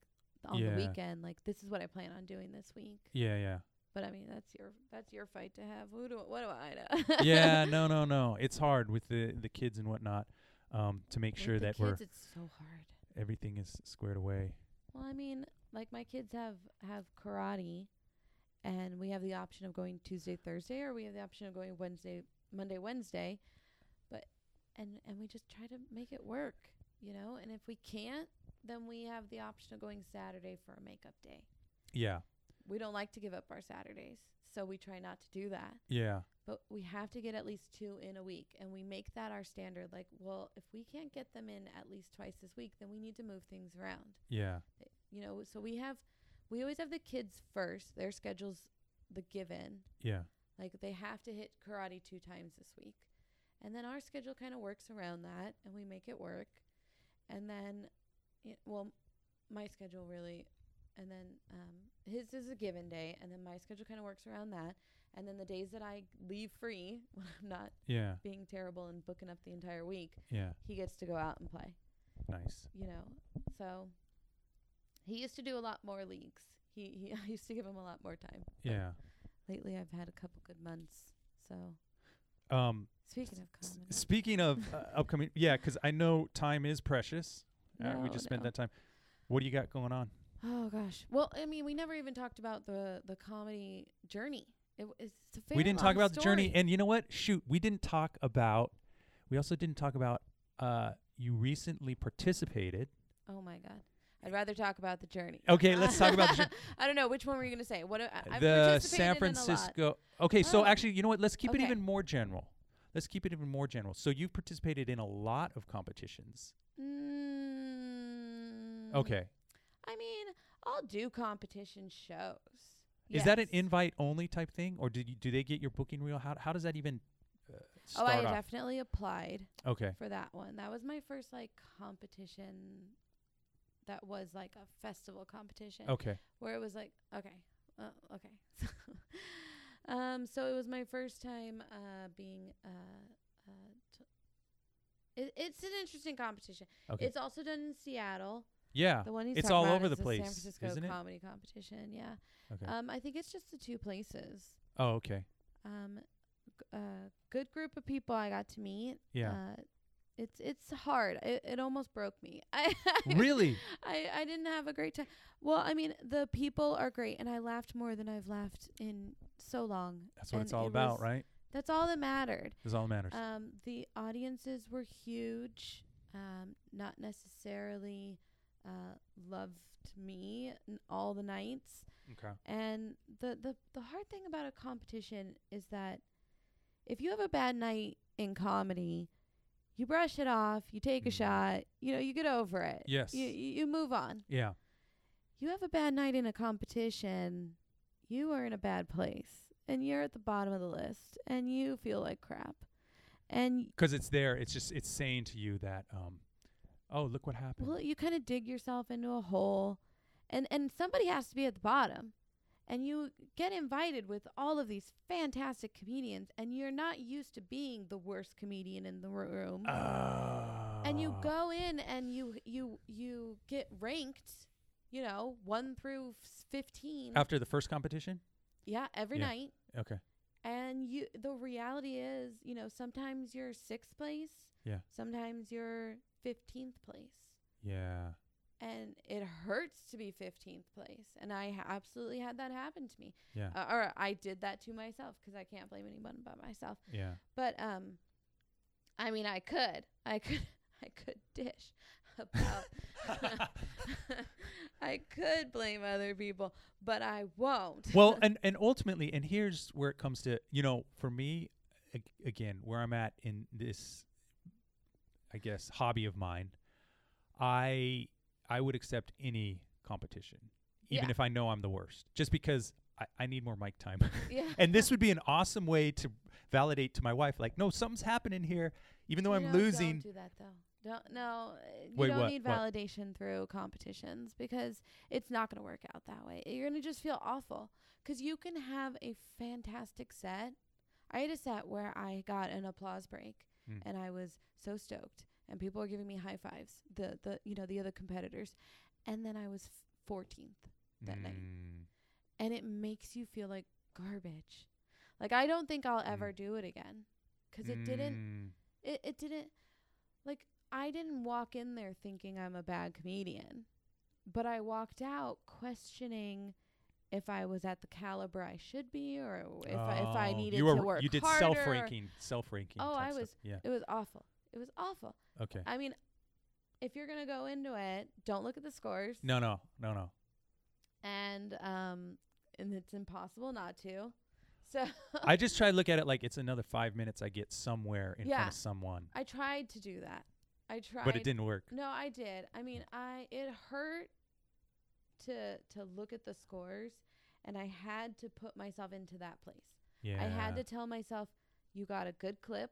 Speaker 2: on
Speaker 1: Yeah.
Speaker 2: the weekend, like this is what I plan on doing this week.
Speaker 1: Yeah, yeah.
Speaker 2: But I mean, that's your that's your fight to have. Who do what do I know? <laughs>
Speaker 1: <laughs> yeah, no, no, no. It's hard with the the kids and whatnot um, to make
Speaker 2: With
Speaker 1: sure
Speaker 2: the
Speaker 1: that
Speaker 2: kids,
Speaker 1: we're
Speaker 2: it's so hard.
Speaker 1: everything is squared away.
Speaker 2: Well, I mean, like my kids have have karate, and we have the option of going Tuesday, Thursday, or we have the option of going Wednesday, Monday, Wednesday, but and and we just try to make it work, you know. And if we can't, then we have the option of going Saturday for a makeup day.
Speaker 1: Yeah,
Speaker 2: We don't like to give up our Saturdays, so we try not to do that.
Speaker 1: yeah,
Speaker 2: But we have to get at least two in a week, and we make that our standard. Like, well, if we can't get them in at least twice this week, then we need to move things around
Speaker 1: yeah,
Speaker 2: you know so we have we always have the kids first their schedules the given
Speaker 1: yeah,
Speaker 2: like they have to hit karate two times this week and then our schedule kind of works around that and we make it work and then y well my schedule really and then um, his is a given day and then my schedule kind of works around that and then the days that i leave free <laughs> when i'm not
Speaker 1: yeah,
Speaker 2: being terrible and booking up the entire week
Speaker 1: yeah.
Speaker 2: he gets to go out and play
Speaker 1: Nice.
Speaker 2: you know. So he used to do a lot more leagues. He, he <laughs> I used to give him a lot more time. but
Speaker 1: Yeah.
Speaker 2: Lately, I've had a couple good months. So
Speaker 1: Um,
Speaker 2: speaking of
Speaker 1: s-
Speaker 2: comedy,
Speaker 1: speaking of uh,
Speaker 2: <laughs>
Speaker 1: upcoming, yeah, 'cause I know time is precious. uh, we
Speaker 2: No,
Speaker 1: just spent
Speaker 2: no.
Speaker 1: that time. What do you got going on?
Speaker 2: oh gosh. Well, I mean, we never even talked about the the comedy journey. It, w- it's a very
Speaker 1: we didn't talk
Speaker 2: long
Speaker 1: about the journey,
Speaker 2: story.
Speaker 1: and you know what? Shoot, we didn't talk about. We also didn't talk about. Uh, you recently participated.
Speaker 2: oh my god. I'd rather talk about the journey.
Speaker 1: Okay, let's talk about the jour-
Speaker 2: <laughs> I don't know which one were you going to say. What do- I, I've
Speaker 1: the
Speaker 2: participated in a
Speaker 1: San
Speaker 2: lot.
Speaker 1: Francisco. Okay, so
Speaker 2: Oh.
Speaker 1: actually, you know what? Let's keep it
Speaker 2: Okay.
Speaker 1: even more general. Let's keep it even more general. So you've participated in a lot of competitions.
Speaker 2: Mm,
Speaker 1: Okay.
Speaker 2: I mean, I'll do competition shows.
Speaker 1: Is that an
Speaker 2: Yes.
Speaker 1: invite only type thing or did you, do they get your booking reel? How how does that even uh,
Speaker 2: Oh,
Speaker 1: start
Speaker 2: I
Speaker 1: off?
Speaker 2: definitely applied
Speaker 1: okay.
Speaker 2: for that one. That was my first like competition that was like a festival competition
Speaker 1: Okay.
Speaker 2: where it was like okay. Uh, okay. <laughs> um so it was my first time uh being uh, uh t- it, it's an interesting competition.
Speaker 1: Okay.
Speaker 2: It's also done in Seattle.
Speaker 1: yeah.
Speaker 2: The one he's
Speaker 1: It's
Speaker 2: talking
Speaker 1: all
Speaker 2: about
Speaker 1: over
Speaker 2: is
Speaker 1: the place,
Speaker 2: San Francisco
Speaker 1: isn't it?
Speaker 2: comedy competition. Yeah.
Speaker 1: Okay.
Speaker 2: Um I think it's just the two places.
Speaker 1: oh, okay.
Speaker 2: Um g- uh good group of people I got to meet
Speaker 1: Yeah.
Speaker 2: uh, It's it's hard. It, it almost broke me. <laughs> I, I
Speaker 1: really?
Speaker 2: I I didn't have a great time. Well, I mean, the people are great, and I laughed more than I've laughed in so long.
Speaker 1: That's what
Speaker 2: and
Speaker 1: it's all
Speaker 2: it
Speaker 1: about,
Speaker 2: was-
Speaker 1: right?
Speaker 2: That's all that mattered.
Speaker 1: That's all that matters.
Speaker 2: Um, the audiences were huge. Um, not necessarily uh, loved me n- all the nights.
Speaker 1: okay.
Speaker 2: And the, the, the hard thing about a competition is that if you have a bad night in comedy, you brush it off, you take a
Speaker 1: Mhm.
Speaker 2: shot, you know, you get over it.
Speaker 1: Yes.
Speaker 2: You, you you move on.
Speaker 1: Yeah.
Speaker 2: You have a bad night in a competition, you are in a bad place and you're at the bottom of the list and you feel like crap. And
Speaker 1: Because it's there. It's just it's saying to you that, um, oh, look what happened.
Speaker 2: well, you kind of dig yourself into a hole and and somebody has to be at the bottom and you get invited with all of these fantastic comedians and you're not used to being the worst comedian in the room
Speaker 1: Ah.
Speaker 2: and you go in and you you you get ranked you know 1 through s- 15
Speaker 1: after the first competition.
Speaker 2: yeah every
Speaker 1: Yeah.
Speaker 2: night
Speaker 1: Okay.
Speaker 2: and you the reality is you know sometimes you're 6th place
Speaker 1: Yeah.
Speaker 2: sometimes you're 15th place
Speaker 1: Yeah.
Speaker 2: and it hurts to be 15th place and i ha- absolutely had that happen to me
Speaker 1: Yeah.
Speaker 2: uh, or i did that to myself 'cause i can't blame anyone but myself <laughs>
Speaker 1: Yeah.
Speaker 2: but um i mean i could i could <laughs> i could dish about <laughs> i could blame other people but i won't <laughs>
Speaker 1: well, and and ultimately, and here's where it comes to you know, for me, ag- again, where I'm at in this, I guess, hobby of mine, I I would accept any competition, even
Speaker 2: Yeah.
Speaker 1: if I know I'm the worst, just because I, I need more mic time. <laughs>
Speaker 2: yeah
Speaker 1: and this would be an awesome way to validate to my wife, like, no, something's happening here, even though
Speaker 2: You
Speaker 1: I'm
Speaker 2: know,
Speaker 1: losing.
Speaker 2: don't do that though don't no uh, you
Speaker 1: Wait,
Speaker 2: don't
Speaker 1: what?
Speaker 2: need
Speaker 1: What?
Speaker 2: validation through competitions because it's not going to work out that way you're going to just feel awful because you can have a fantastic set i had a set where i got an applause break
Speaker 1: Mm.
Speaker 2: and i was so stoked and people were giving me high fives the the you know the other competitors and then i was f- 14th that night.
Speaker 1: Mm,
Speaker 2: and it makes you feel like garbage like i don't think
Speaker 1: Hmm.
Speaker 2: i'll ever do it again 'cause it didn't
Speaker 1: mm.
Speaker 2: it, it didn't like i didn't walk in there thinking i'm a bad comedian but i walked out questioning if i was at the caliber i should be or w- if, I, if i
Speaker 1: Oh,
Speaker 2: needed
Speaker 1: you were,
Speaker 2: to work
Speaker 1: you did
Speaker 2: harder or-
Speaker 1: self ranking, self ranking.
Speaker 2: Oh, I was-
Speaker 1: Yeah.
Speaker 2: it was awful it was awful
Speaker 1: Okay.
Speaker 2: i mean if you're gonna go into it don't look at the scores
Speaker 1: No, no, no, no.
Speaker 2: and um and it's impossible not to so
Speaker 1: I just try to look at it like it's another five minutes I get somewhere in
Speaker 2: Yeah.
Speaker 1: front of someone,
Speaker 2: <laughs> i tried to do that i tried
Speaker 1: but it didn't work.
Speaker 2: No, I did. I mean, I it hurt to to look at the scores and I had to put myself into that place.
Speaker 1: Yeah,
Speaker 2: I had to tell myself you got a good clip,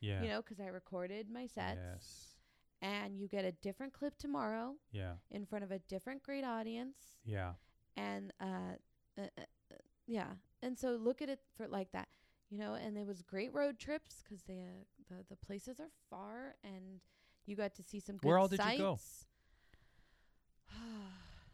Speaker 1: Yeah,
Speaker 2: you know, 'cause I recorded my sets
Speaker 1: Yes.
Speaker 2: and you get a different clip tomorrow
Speaker 1: Yeah,
Speaker 2: in front of a different great audience
Speaker 1: yeah,
Speaker 2: and uh, uh, uh uh, yeah and so look at it for like that you know and it was great road trips 'cause they uh, the, the places are far and you got to see some good
Speaker 1: Where all did
Speaker 2: sights. <sighs>
Speaker 1: you go?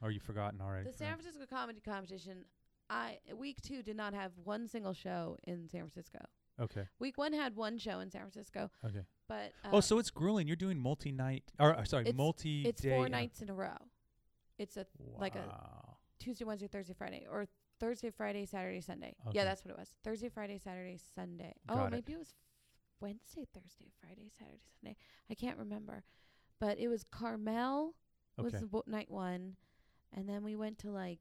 Speaker 1: or you Oh, forgotten already?
Speaker 2: the San Francisco comedy competition I week 2 did not have one single show in San Francisco
Speaker 1: Okay,
Speaker 2: week 1 had one show in San Francisco
Speaker 1: okay.
Speaker 2: but uh,
Speaker 1: oh, so it's grueling. You're doing multi-night, or uh, sorry,
Speaker 2: It's-
Speaker 1: multi-day.
Speaker 2: it's four
Speaker 1: uh,
Speaker 2: nights in a row it's a like uh, a-
Speaker 1: wow.
Speaker 2: Tuesday, Wednesday, Thursday, Friday, or Thursday, Friday, Saturday, Sunday.
Speaker 1: Okay.
Speaker 2: Yeah, that's what it was. Thursday, Friday, Saturday, Sunday.
Speaker 1: Got
Speaker 2: oh,
Speaker 1: it.
Speaker 2: maybe it was Wednesday, Thursday, Friday, Saturday, Sunday. I can't remember, but it was Carmel was
Speaker 1: Okay.
Speaker 2: the wo- night one, and then we went to like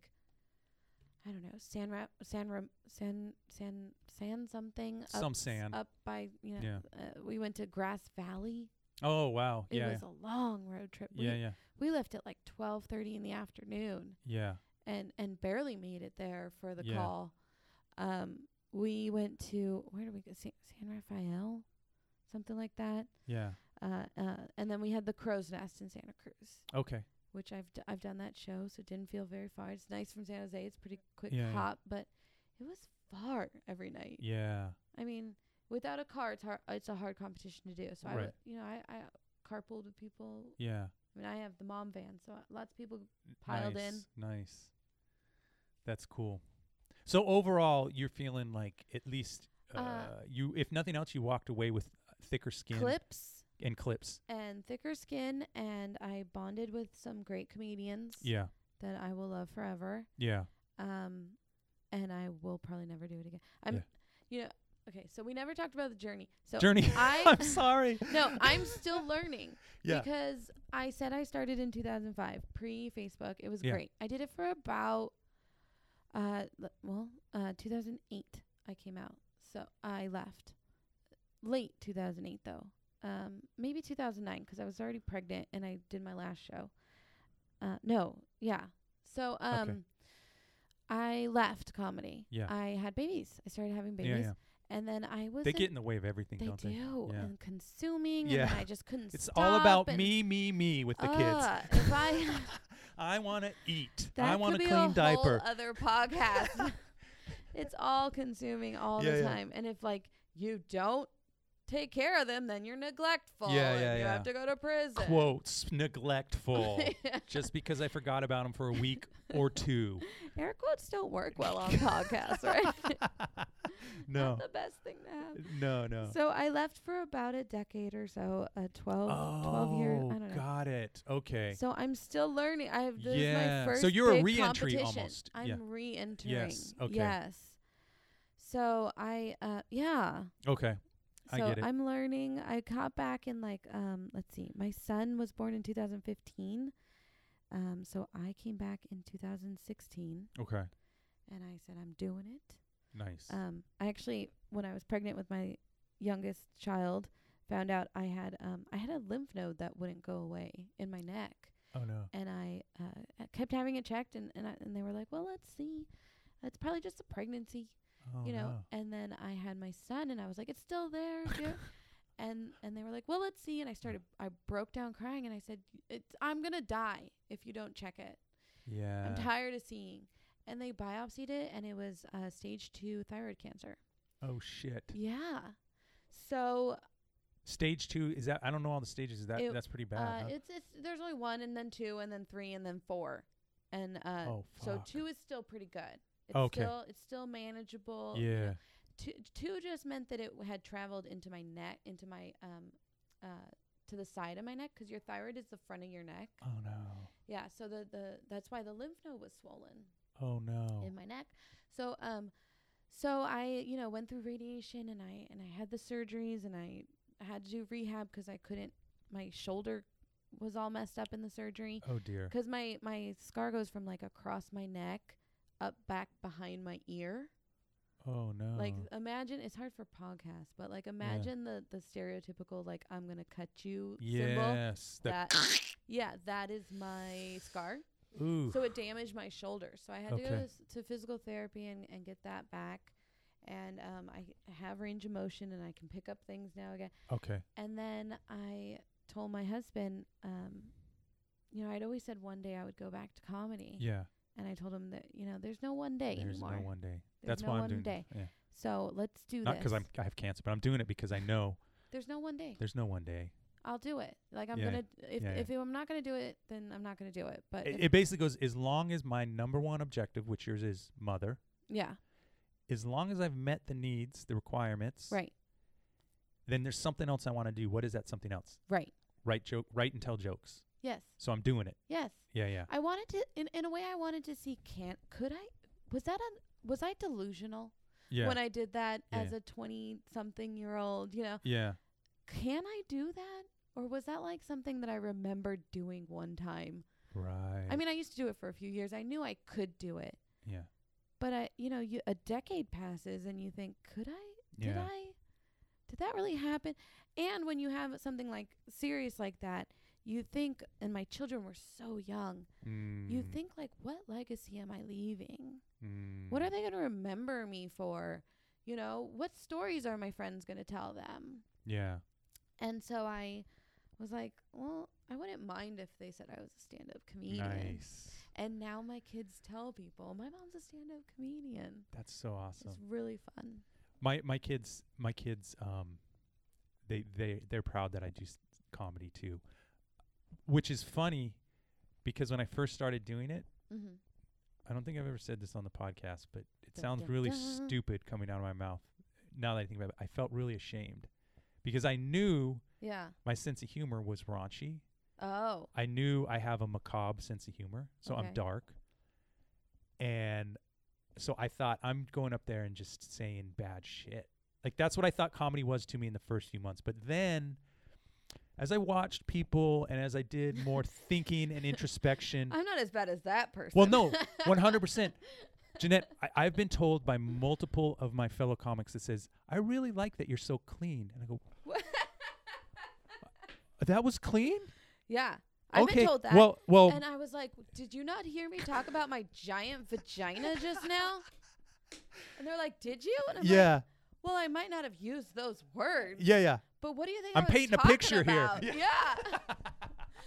Speaker 2: I don't know San Ra- San Ram- San San San something up,
Speaker 1: Some
Speaker 2: s-
Speaker 1: sand.
Speaker 2: up by you know
Speaker 1: Yeah.
Speaker 2: uh, we went to Grass Valley.
Speaker 1: Oh wow.
Speaker 2: It
Speaker 1: Yeah.
Speaker 2: was a long road trip.
Speaker 1: yeah.
Speaker 2: we,
Speaker 1: Yeah.
Speaker 2: we left at like twelve thirty in the afternoon
Speaker 1: Yeah.
Speaker 2: and and barely made it there for the
Speaker 1: Yeah.
Speaker 2: call. Um, we went to where did we go? San, San Rafael, something like that.
Speaker 1: Yeah.
Speaker 2: Uh, uh, and then we had the Crow's Nest in Santa Cruz,
Speaker 1: Okay.
Speaker 2: which I've d- I've done that show, so it didn't feel very far. It's nice from San Jose. It's pretty quick
Speaker 1: Yeah, yeah.
Speaker 2: hop, but it was far every night.
Speaker 1: Yeah.
Speaker 2: I mean, without a car, it's hard. It's a hard competition to do. So I,
Speaker 1: Right.
Speaker 2: would- you know, I I carpooled with people.
Speaker 1: Yeah.
Speaker 2: I mean, I have the mom van, so lots of people piled
Speaker 1: nice,
Speaker 2: in.
Speaker 1: Nice. That's cool. So overall, you're feeling like at least uh,
Speaker 2: Uh,
Speaker 1: you, if nothing else, you walked away with thicker skin.
Speaker 2: clips.
Speaker 1: and clips.
Speaker 2: and thicker skin, and I bonded with some great comedians
Speaker 1: Yeah,
Speaker 2: that I will love forever.
Speaker 1: yeah,
Speaker 2: Um, and I will probably never do it again. I'm,
Speaker 1: Yeah.
Speaker 2: you know, okay. So we never talked about the journey. So
Speaker 1: Journey.
Speaker 2: I-
Speaker 1: <laughs> I'm sorry. <laughs>
Speaker 2: no, I'm still learning
Speaker 1: Yeah.
Speaker 2: because I said I started in 2005, pre Facebook. It was
Speaker 1: Yeah.
Speaker 2: great. I did it for about, uh, l- well, uh, 2008. I came out, so I left late 2008 though. Um, maybe 2009 because I was already pregnant and I did my last show. Uh, no, yeah. So um, I left comedy.
Speaker 1: Yeah.
Speaker 2: I had babies. I started having
Speaker 1: yeah,
Speaker 2: babies,
Speaker 1: yeah.
Speaker 2: and then I was
Speaker 1: They get in the way of everything,
Speaker 2: they
Speaker 1: don't they?
Speaker 2: do,
Speaker 1: Yeah.
Speaker 2: and consuming,
Speaker 1: Yeah.
Speaker 2: and then I just couldn't.
Speaker 1: It's all about
Speaker 2: stop and-
Speaker 1: me, me, me with the kids.
Speaker 2: Ugh,
Speaker 1: <laughs>
Speaker 2: If I,
Speaker 1: I want to eat.
Speaker 2: that
Speaker 1: I want
Speaker 2: could
Speaker 1: to
Speaker 2: be
Speaker 1: clean
Speaker 2: a
Speaker 1: diaper.
Speaker 2: Whole
Speaker 1: <laughs>
Speaker 2: other podcast. <laughs> it's all consuming all
Speaker 1: Yeah,
Speaker 2: the
Speaker 1: yeah.
Speaker 2: time, and if like you don't take care of them, then you're neglectful.
Speaker 1: Yeah,
Speaker 2: and
Speaker 1: yeah,
Speaker 2: You
Speaker 1: yeah.
Speaker 2: have to go to prison.
Speaker 1: Quotes neglectful.
Speaker 2: <laughs> Yeah.
Speaker 1: Just because I forgot about them for a week or
Speaker 2: <laughs>
Speaker 1: two.
Speaker 2: Air quotes don't work well
Speaker 1: <laughs>
Speaker 2: on podcasts, right?
Speaker 1: no,
Speaker 2: Not the best thing to have.
Speaker 1: no, no.
Speaker 2: So I left for about a decade or so, a 12, 12 year, I
Speaker 1: oh,
Speaker 2: don't know.
Speaker 1: got it. Okay.
Speaker 2: So I'm still learning. I have this
Speaker 1: Yeah.
Speaker 2: is my first.
Speaker 1: So you're a
Speaker 2: big
Speaker 1: re-entry
Speaker 2: competition.
Speaker 1: almost.
Speaker 2: I'm
Speaker 1: Yeah.
Speaker 2: re-entering.
Speaker 1: Yes, okay.
Speaker 2: Yes. So I uh yeah.
Speaker 1: okay. I
Speaker 2: So
Speaker 1: get it.
Speaker 2: am learning. I caught back in like um let's see. My son was born in 2015. Um so I came back in 2016
Speaker 1: Okay.
Speaker 2: and I said I'm doing it.
Speaker 1: Nice.
Speaker 2: Um, I actually, when I was pregnant with my youngest child, found out I had um, I had a lymph node that wouldn't go away in my neck,
Speaker 1: oh no.
Speaker 2: and I uh, I kept having it checked, and and, I, and they were like, well, let's see, it's probably just a pregnancy,
Speaker 1: Oh,
Speaker 2: you know.
Speaker 1: no.
Speaker 2: And then I had my son, and I was like, it's
Speaker 1: <laughs>
Speaker 2: still there. you know? And and they were like, well, let's see. And I started, I broke down crying, and I said, it's, I'm gonna die if you don't check it.
Speaker 1: Yeah.
Speaker 2: I'm tired of seeing. And they biopsied it, and it was uh, stage two thyroid cancer.
Speaker 1: oh shit.
Speaker 2: Yeah. So
Speaker 1: Stage two is that? I don't know all the stages. Is that
Speaker 2: It-
Speaker 1: that's pretty bad.
Speaker 2: uh,
Speaker 1: huh?
Speaker 2: it's it's there's only one and then two and then three and then four. And uh
Speaker 1: Oh,
Speaker 2: so
Speaker 1: fuck.
Speaker 2: two is still pretty good. It's
Speaker 1: Okay.
Speaker 2: still it's still manageable. you know.
Speaker 1: yeah.
Speaker 2: Two two just meant that it had traveled into my neck into my um uh to the side of my neck because your thyroid is the front of your neck.
Speaker 1: Oh no.
Speaker 2: Yeah, so the the that's why the lymph node was swollen.
Speaker 1: Oh no.
Speaker 2: in my neck. So um so I, you know, went through radiation and I and I had the surgeries and I had to do rehab 'cause I couldn't my shoulder was all messed up in the surgery.
Speaker 1: Oh dear.
Speaker 2: 'Cause my my scar goes from like across my neck up back behind my ear.
Speaker 1: Oh no.
Speaker 2: Like imagine it's hard for podcasts, but like imagine the the stereotypical like I'm going to cut you symbol.
Speaker 1: yes. The,
Speaker 2: That yeah, that is my scar.
Speaker 1: ooh.
Speaker 2: So it damaged my shoulder. So I had to go
Speaker 1: Okay.
Speaker 2: to, s- to physical therapy and, and get that back. And um, I I have range of motion and I can pick up things now again.
Speaker 1: okay.
Speaker 2: And then I told my husband, um, you know, I'd always said one day I would go back to comedy.
Speaker 1: Yeah.
Speaker 2: And I told him that, you know, there's no one day
Speaker 1: There's
Speaker 2: anymore.
Speaker 1: no one day.
Speaker 2: There's
Speaker 1: that's
Speaker 2: no
Speaker 1: why I'm
Speaker 2: one
Speaker 1: doing.
Speaker 2: day.
Speaker 1: This. Yeah.
Speaker 2: So let's do
Speaker 1: Not
Speaker 2: this.
Speaker 1: because I'm I have cancer, but I'm doing it
Speaker 2: <laughs>
Speaker 1: because I know
Speaker 2: there's no one day.
Speaker 1: there's no one day.
Speaker 2: I'll do it. Like I'm
Speaker 1: Yeah,
Speaker 2: gonna if
Speaker 1: yeah, yeah.
Speaker 2: if I'm not gonna do it, then I'm not gonna do it. But
Speaker 1: It,
Speaker 2: if-
Speaker 1: it basically goes as long as my number one objective, which yours is mother,
Speaker 2: yeah,
Speaker 1: as long as I've met the needs, the requirements,
Speaker 2: right,
Speaker 1: then there's something else I want to do. What is that something else?
Speaker 2: right.
Speaker 1: Write joke, write and tell jokes.
Speaker 2: Yes,
Speaker 1: So I'm doing it.
Speaker 2: yes.
Speaker 1: Yeah, yeah.
Speaker 2: I wanted to, in, in a way, I wanted to see. Can't could I? Was that a was I delusional
Speaker 1: Yeah.
Speaker 2: when I did that
Speaker 1: Yeah,
Speaker 2: as
Speaker 1: yeah.
Speaker 2: a twenty something year old? You know,
Speaker 1: yeah.
Speaker 2: can I do that, or was that like something that I remembered doing one time?
Speaker 1: Right.
Speaker 2: I mean, I used to do it for a few years. I knew I could do it,
Speaker 1: yeah.
Speaker 2: but I, you know, you, a decade passes and you think, could I? did
Speaker 1: Yeah.
Speaker 2: I? Did that really happen? And when you have something like serious like that, you think, and my children were so young. You
Speaker 1: Mm,
Speaker 2: think like, what legacy am I leaving?
Speaker 1: mm.
Speaker 2: What are they going to remember me for? You know, what stories are my friends going to tell them?
Speaker 1: Yeah.
Speaker 2: And so I was like, well, I wouldn't mind if they said I was a stand up comedian.
Speaker 1: Nice.
Speaker 2: And now my kids tell people, my mom's a stand up comedian.
Speaker 1: That's so awesome.
Speaker 2: It's really fun.
Speaker 1: My my kids my kids um they they they're proud that I do s- comedy too. Which is funny because when I first started doing it,
Speaker 2: Mm-hmm.
Speaker 1: I don't think I've ever said this on the podcast, but it
Speaker 2: Dun,
Speaker 1: sounds
Speaker 2: dun,
Speaker 1: really
Speaker 2: dun.
Speaker 1: stupid coming out of my mouth. Now that I think about it, I felt really ashamed because I knew
Speaker 2: Yeah.
Speaker 1: My sense of humor was raunchy.
Speaker 2: Oh.
Speaker 1: I knew I have a macabre sense of humor, so
Speaker 2: Okay.
Speaker 1: I'm dark. And so I thought I'm going up there and just saying bad shit. Like that's what I thought comedy was to me in the first few months. But then as I watched people and as I did
Speaker 2: <laughs>
Speaker 1: more thinking and introspection,
Speaker 2: I'm not as bad as that person.
Speaker 1: Well, no, 100%. Jeanette, I, I've been told by multiple of my fellow comics that says, I really like that you're so clean. And I go,
Speaker 2: <laughs>
Speaker 1: that was clean?
Speaker 2: yeah. I've
Speaker 1: okay.
Speaker 2: been told that.
Speaker 1: Well, oh. well,
Speaker 2: and I was like, "Did you not hear me talk about my giant vagina just
Speaker 1: <laughs>
Speaker 2: now?" And they're like, "Did you?" And I'm like,
Speaker 1: yeah,
Speaker 2: "Well, I might not have used those words,
Speaker 1: yeah, yeah.
Speaker 2: but what do you think?"
Speaker 1: I'm
Speaker 2: I was
Speaker 1: painting a
Speaker 2: talking
Speaker 1: picture here.
Speaker 2: about? Yeah.
Speaker 1: <laughs>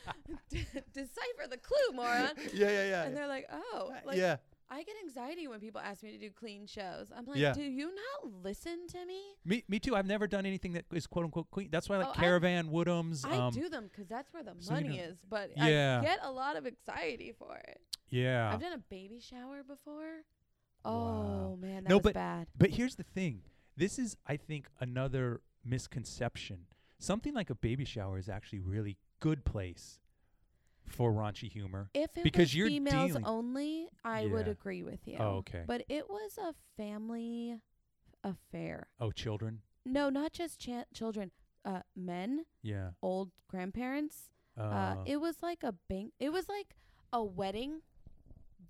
Speaker 2: <laughs> D- decipher the clue, moron.
Speaker 1: <laughs> Yeah, yeah, yeah.
Speaker 2: And they're like, "Oh, like,
Speaker 1: yeah.
Speaker 2: I get anxiety when people ask me to do clean shows. I'm like,
Speaker 1: Yeah.
Speaker 2: do you not listen to me?
Speaker 1: Me, me too. I've never done anything that is quote unquote clean. That's why I like
Speaker 2: Oh, I-
Speaker 1: Caravan, Woodhams.
Speaker 2: I
Speaker 1: um,
Speaker 2: do them because that's where the
Speaker 1: so you
Speaker 2: money
Speaker 1: know-
Speaker 2: is, but
Speaker 1: Yeah.
Speaker 2: I get a lot of anxiety for it.
Speaker 1: Yeah.
Speaker 2: I've done a baby shower before.
Speaker 1: Wow.
Speaker 2: Oh man, that
Speaker 1: No,
Speaker 2: was
Speaker 1: but-
Speaker 2: bad.
Speaker 1: But here's the thing. This is, I think, another misconception. Something like a baby shower is actually really good place for raunchy humor.
Speaker 2: If it
Speaker 1: Because
Speaker 2: was
Speaker 1: you're
Speaker 2: females
Speaker 1: dealing-
Speaker 2: only, I would
Speaker 1: Yeah.
Speaker 2: agree with you.
Speaker 1: Oh, okay.
Speaker 2: But it was a family affair.
Speaker 1: Oh, children.
Speaker 2: No, not just cha- children, uh, men,
Speaker 1: Yeah.
Speaker 2: old grandparents.
Speaker 1: Uh,
Speaker 2: Uh, it was like a bank. It was like a wedding,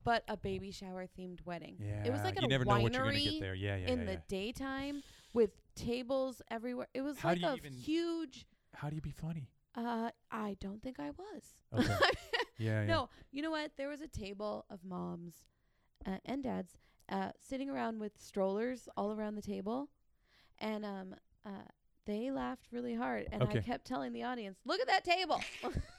Speaker 2: but a baby shower themed wedding.
Speaker 1: Oh, yeah.
Speaker 2: it was like
Speaker 1: you
Speaker 2: at a
Speaker 1: never know what you're gonna
Speaker 2: winery
Speaker 1: get there. Yeah, yeah.
Speaker 2: in
Speaker 1: yeah,
Speaker 2: the
Speaker 1: yeah.
Speaker 2: daytime with tables everywhere. It was
Speaker 1: How
Speaker 2: like
Speaker 1: do you
Speaker 2: a
Speaker 1: even-
Speaker 2: huge.
Speaker 1: How do you be
Speaker 2: <laughs>
Speaker 1: funny?
Speaker 2: Uh, I don't think I was.
Speaker 1: Okay. Yeah. yeah.
Speaker 2: No, you know what? There was a table of moms uh, and dads uh, sitting around with strollers all around the table, and um, uh, they laughed really hard, and I
Speaker 1: Okay.
Speaker 2: kept telling the audience, "Look at that table." <laughs>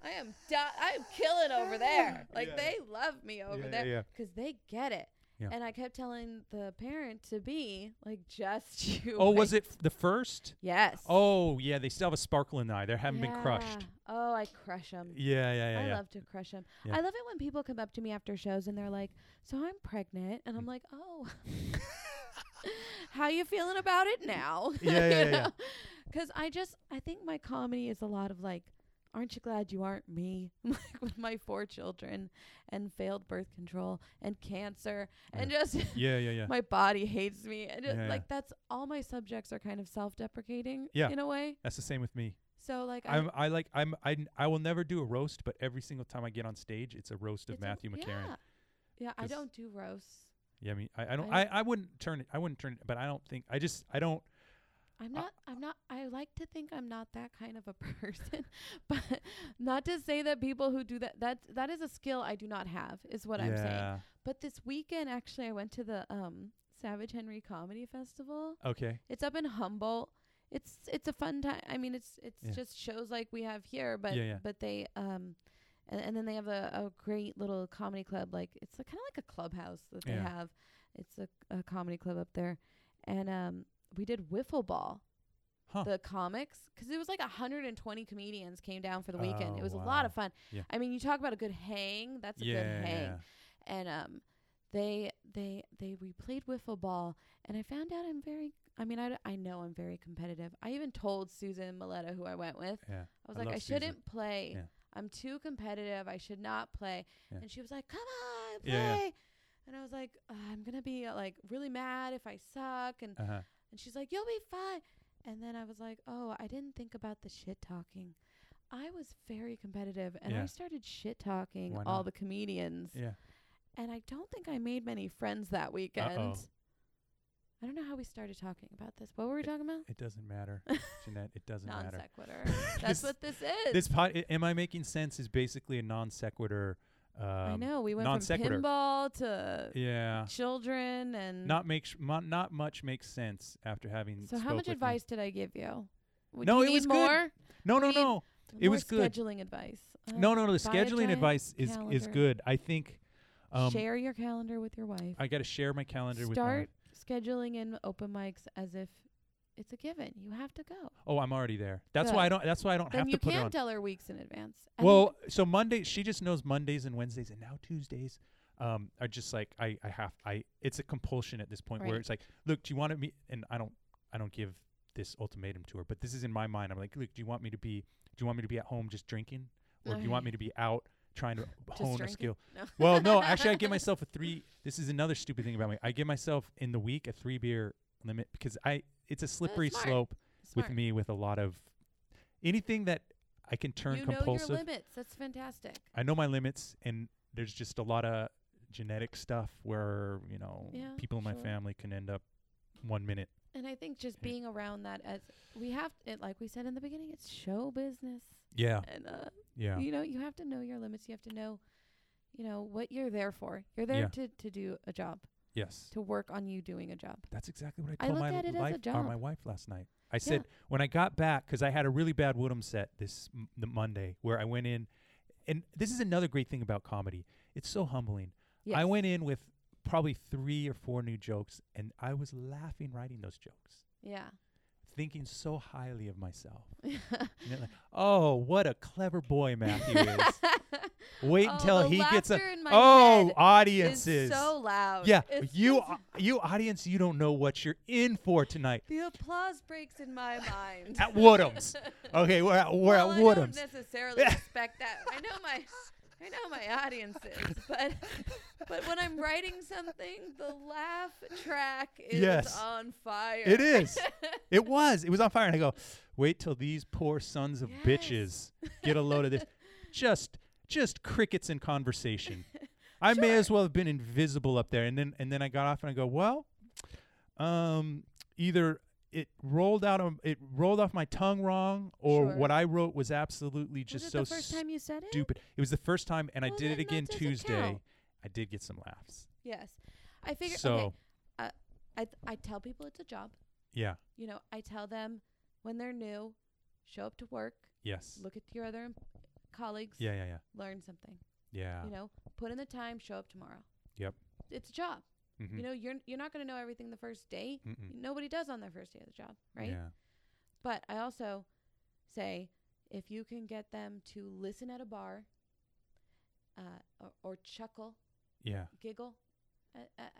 Speaker 2: I am di- I'm killing over there. Like
Speaker 1: <laughs> Yeah.
Speaker 2: they love me over
Speaker 1: Yeah,
Speaker 2: there
Speaker 1: yeah, yeah.
Speaker 2: 'cause they get it.
Speaker 1: Yeah.
Speaker 2: And I kept telling the parent to be like just <laughs> you.
Speaker 1: Oh, was it f- the first?
Speaker 2: Yes.
Speaker 1: Oh, yeah. They still have a sparkle in the eye. They haven't been crushed.
Speaker 2: Yeah. Oh, I crush 'em.
Speaker 1: Yeah, yeah, yeah.
Speaker 2: I
Speaker 1: yeah.
Speaker 2: love to crush them.
Speaker 1: Yeah.
Speaker 2: I love it when people come up to me after shows and they're like, "So I'm pregnant," and
Speaker 1: Mm.
Speaker 2: I'm like, "Oh, <laughs> how you feeling about it now?"
Speaker 1: Yeah, <laughs> yeah,
Speaker 2: <laughs>
Speaker 1: yeah, yeah.
Speaker 2: Because I just I think my comedy is a lot of like, "Aren't you glad you aren't me?" <laughs> like with my four children and failed birth control and cancer and just <laughs>
Speaker 1: yeah, yeah, yeah.
Speaker 2: my body hates me and just,
Speaker 1: Yeah, yeah.
Speaker 2: like that's all my subjects are kind of self-deprecating
Speaker 1: Yeah.
Speaker 2: in a way.
Speaker 1: That's the same with me.
Speaker 2: So like I
Speaker 1: I'm, I like I'm I, n- I will never do a roast, but every single time I get on stage, it's a roast of
Speaker 2: it's a-
Speaker 1: Matthew McCarran.
Speaker 2: Yeah. Yeah, I
Speaker 1: 'Cause-
Speaker 2: don't do roasts.
Speaker 1: Yeah, I mean, I, I don't,
Speaker 2: I
Speaker 1: I, I wouldn't turn it, I wouldn't turn it, but I don't think, I just, I don't,
Speaker 2: I'm
Speaker 1: I-
Speaker 2: not. I'm not. I like to think I'm not that kind of a <laughs> person, but not to say that people who do that that that is a skill I do not have is what I'm saying.
Speaker 1: Yeah.
Speaker 2: But this weekend, actually, I went to the um Savage Henry Comedy Festival.
Speaker 1: Okay.
Speaker 2: It's up in Humboldt. It's it's a fun time. I mean, it's it's
Speaker 1: Yeah.
Speaker 2: just shows like we have here, but
Speaker 1: Yeah, yeah.
Speaker 2: but they um. And, and then they have a, a great little comedy club. Like it's kind of like a clubhouse that they
Speaker 1: Yeah.
Speaker 2: have. It's a, a comedy club up there, and um, we did wiffle ball
Speaker 1: Huh.
Speaker 2: the comics because it was like 120 comedians came down for the
Speaker 1: Oh,
Speaker 2: weekend. it was a
Speaker 1: wow.
Speaker 2: lot of fun.
Speaker 1: Yeah.
Speaker 2: I mean, you talk about a good hang. That's a
Speaker 1: yeah,
Speaker 2: good hang.
Speaker 1: yeah.
Speaker 2: And um, they they they we played wiffle ball, and I found out I'm very. I mean, I, d- I know I'm very competitive. I even told Susan Maletta, who I went with,
Speaker 1: Yeah.
Speaker 2: I was
Speaker 1: I
Speaker 2: like,
Speaker 1: love
Speaker 2: I
Speaker 1: Susan.
Speaker 2: shouldn't play.
Speaker 1: Yeah.
Speaker 2: I'm too competitive. I should not play.
Speaker 1: Yeah.
Speaker 2: And she was like, Come on, play.
Speaker 1: Yeah, yeah.
Speaker 2: And I was like, "Uh, I'm gonna be uh, like really mad if I suck. And
Speaker 1: Uh-huh.
Speaker 2: and she's like, You'll be fine. And then I was like, Oh, I didn't think about the shit talking. I was very competitive and
Speaker 1: Yeah.
Speaker 2: I started shit talking
Speaker 1: Why not?
Speaker 2: all the comedians.
Speaker 1: Yeah.
Speaker 2: And I don't think I made many friends that weekend. I don't know how we started talking about this. What were we
Speaker 1: It
Speaker 2: talking about?
Speaker 1: <laughs> It doesn't matter,
Speaker 2: <laughs>
Speaker 1: Jeanette. It doesn't
Speaker 2: Non
Speaker 1: matter.
Speaker 2: sequitur.
Speaker 1: <laughs>
Speaker 2: That's
Speaker 1: This-
Speaker 2: what this is.
Speaker 1: This pod, I- am I making sense? Is basically a non sequitur. Um,
Speaker 2: I know. We went
Speaker 1: non
Speaker 2: from
Speaker 1: sequitur.
Speaker 2: pinball to
Speaker 1: Yeah.
Speaker 2: children and
Speaker 1: Not make sh- mo- not much makes sense after having.
Speaker 2: so how
Speaker 1: spoke
Speaker 2: much
Speaker 1: with me.
Speaker 2: advice did I give you? W-
Speaker 1: No,
Speaker 2: do you
Speaker 1: it
Speaker 2: need
Speaker 1: was good.
Speaker 2: more?
Speaker 1: No, no,
Speaker 2: we need-
Speaker 1: no, It
Speaker 2: More
Speaker 1: was good.
Speaker 2: scheduling advice. Uh,
Speaker 1: no, no, no. The
Speaker 2: buy a
Speaker 1: scheduling
Speaker 2: giant
Speaker 1: advice is is
Speaker 2: calendar.
Speaker 1: good. I think. Um,
Speaker 2: share your calendar with your wife.
Speaker 1: I got to share my calendar with. my wife.
Speaker 2: Start scheduling in open mics as if it's a given. You have to go.
Speaker 1: Oh, I'm already there. That's why I don't. That's why I don't
Speaker 2: then
Speaker 1: have
Speaker 2: you
Speaker 1: to put it
Speaker 2: can
Speaker 1: on.
Speaker 2: tell her weeks in advance. I think-
Speaker 1: Well, so Monday, she just knows Mondays and Wednesdays, and now Tuesdays um, are just like I, I have I. It's a compulsion at this point where
Speaker 2: Right.
Speaker 1: it's like, look, do you want to meet? And I don't, I don't give this ultimatum to her. But this is in my mind. I'm like, look, do you want me to be? Do you want me to be at home just drinking, or do you want me to be out trying
Speaker 2: <laughs>
Speaker 1: to hone a
Speaker 2: drinking?
Speaker 1: skill?
Speaker 2: No.
Speaker 1: <laughs> Well,
Speaker 2: <laughs>
Speaker 1: no, actually, I give myself a three. This is another stupid thing about me. I give myself in the week a three beer limit because I it's a slippery
Speaker 2: smart.
Speaker 1: slope
Speaker 2: Smart.
Speaker 1: with me with a lot of anything that I can turn
Speaker 2: you
Speaker 1: compulsive.
Speaker 2: know your limits. That's fantastic.
Speaker 1: I know my limits, and there's just a lot of genetic stuff where you know
Speaker 2: Yeah,
Speaker 1: people in my
Speaker 2: sure.
Speaker 1: family can end up one minute.
Speaker 2: And I think just
Speaker 1: Yeah.
Speaker 2: being around that as we have it, like we said in the beginning, it's show business,
Speaker 1: Yeah,
Speaker 2: and uh,
Speaker 1: yeah,
Speaker 2: you know you have to know your limits. You have to know, you know what you're there for. You're there
Speaker 1: Yeah.
Speaker 2: to to do a job,
Speaker 1: yes.
Speaker 2: to work on you doing a job.
Speaker 1: That's exactly what I
Speaker 2: I
Speaker 1: told
Speaker 2: look
Speaker 1: my
Speaker 2: at it as a
Speaker 1: life, or
Speaker 2: job.
Speaker 1: my wife last night. I said when I got back because I had a really bad Woodham set this m- the Monday where I went in, and this is another great thing about comedy. It's so humbling.
Speaker 2: Yes.
Speaker 1: I went in with probably three or four new jokes, and I was laughing writing those jokes,
Speaker 2: Yeah.
Speaker 1: thinking so highly of myself.
Speaker 2: <laughs>
Speaker 1: And they're like, oh, what a clever boy Matthew
Speaker 2: <laughs>
Speaker 1: is. Wait
Speaker 2: Oh,
Speaker 1: until
Speaker 2: the
Speaker 1: he gets a
Speaker 2: laughter in my
Speaker 1: oh
Speaker 2: head It's
Speaker 1: audiences.
Speaker 2: so loud.
Speaker 1: yeah,
Speaker 2: It's
Speaker 1: you
Speaker 2: <laughs> just-
Speaker 1: you audience, you don't know what you're in for tonight
Speaker 2: the applause breaks in my mind.
Speaker 1: at
Speaker 2: <laughs>
Speaker 1: Woodham's. Okay, we're at we're
Speaker 2: Well,
Speaker 1: at
Speaker 2: I
Speaker 1: Woodham's.
Speaker 2: don't
Speaker 1: <laughs>
Speaker 2: necessarily expect that. I know my I know my audiences, <laughs> but but when I'm writing something, the laugh track is
Speaker 1: Yes.
Speaker 2: on fire. <laughs>
Speaker 1: It is. It was. It was on fire, and I go, wait till these poor sons of
Speaker 2: Yes.
Speaker 1: bitches get a load of
Speaker 2: <laughs>
Speaker 1: this. Just just crickets in conversation. I may as well have been invisible up there, and then and then I got off and I go, well, um, either it rolled out of it rolled off my tongue wrong, or
Speaker 2: Sure.
Speaker 1: what I wrote was absolutely
Speaker 2: Was
Speaker 1: just
Speaker 2: it
Speaker 1: so
Speaker 2: the first time you said it?
Speaker 1: stupid. It was the first time, and I
Speaker 2: Well,
Speaker 1: did it
Speaker 2: then that
Speaker 1: again
Speaker 2: doesn't
Speaker 1: Tuesday.
Speaker 2: count.
Speaker 1: I did get some laughs.
Speaker 2: Yes. I figure
Speaker 1: so
Speaker 2: okay. Uh, I th- I tell people it's a job.
Speaker 1: yeah,
Speaker 2: You know, I tell them when they're new, show up to work,
Speaker 1: yes,
Speaker 2: look at your other em- colleagues,
Speaker 1: yeah, yeah, yeah,
Speaker 2: learn something.
Speaker 1: yeah.
Speaker 2: You know, put in the time, show up tomorrow.
Speaker 1: Yep.
Speaker 2: It's a job.
Speaker 1: mm-hmm.
Speaker 2: You know, you're you're not going to know everything the first day.
Speaker 1: Mm-mm.
Speaker 2: Nobody does on their first day of the job, right?
Speaker 1: Hmm. Yeah.
Speaker 2: But I also say if you can get them to listen at a bar uh, or, or chuckle,
Speaker 1: Yeah.
Speaker 2: giggle at, at,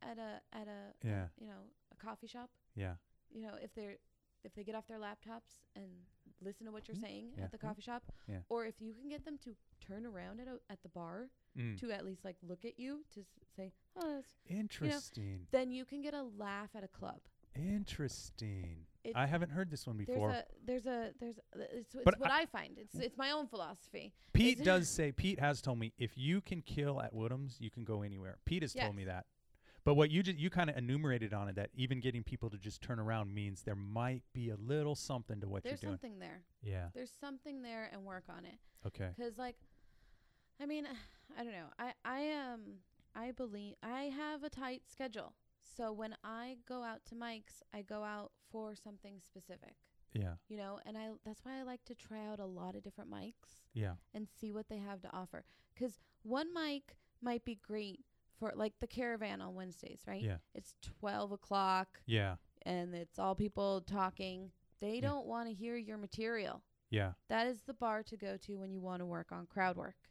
Speaker 2: at a at a
Speaker 1: Yeah.
Speaker 2: you know a coffee shop,
Speaker 1: Yeah.
Speaker 2: you know if they're if they get off their laptops and listen to what you're saying
Speaker 1: Hmm. Yeah.
Speaker 2: at the coffee shop,
Speaker 1: Yeah.
Speaker 2: or if you can get them to turn around at a, at the bar
Speaker 1: Mm.
Speaker 2: to at least like look at you to s- say, oh, that's
Speaker 1: Interesting.
Speaker 2: then you can get a laugh at a club.
Speaker 1: Interesting.
Speaker 2: It-
Speaker 1: I haven't heard this one before.
Speaker 2: There's a there's a there's it's,
Speaker 1: But Mm.
Speaker 2: it's what I, find. It's it's my own philosophy.
Speaker 1: Pete
Speaker 2: is-
Speaker 1: does say Pete has told me if you can kill at Woodham's, you can go anywhere. Pete has told me that. But what you just you kind of enumerated on it that even getting people to just turn around means there might be a little something to what
Speaker 2: There's
Speaker 1: you're doing.
Speaker 2: something there.
Speaker 1: Yeah.
Speaker 2: There's something there, and work on it.
Speaker 1: Okay.
Speaker 2: 'Cause like, I mean, I don't know. I I um I believe I have a tight schedule. So when I go out to mics, I go out for something specific,
Speaker 1: Yeah.
Speaker 2: you know. And I that's why I like to try out a lot of different mics.
Speaker 1: Yeah.
Speaker 2: and see what they have to offer. 'Cause one mic might be great for like the caravan on Wednesdays, right?
Speaker 1: Yeah.
Speaker 2: It's 12 o'clock
Speaker 1: Yeah.
Speaker 2: and it's all people talking. They
Speaker 1: Yeah.
Speaker 2: don't want to hear your material.
Speaker 1: Yeah.
Speaker 2: That is the bar to go to when you want to work on crowd work.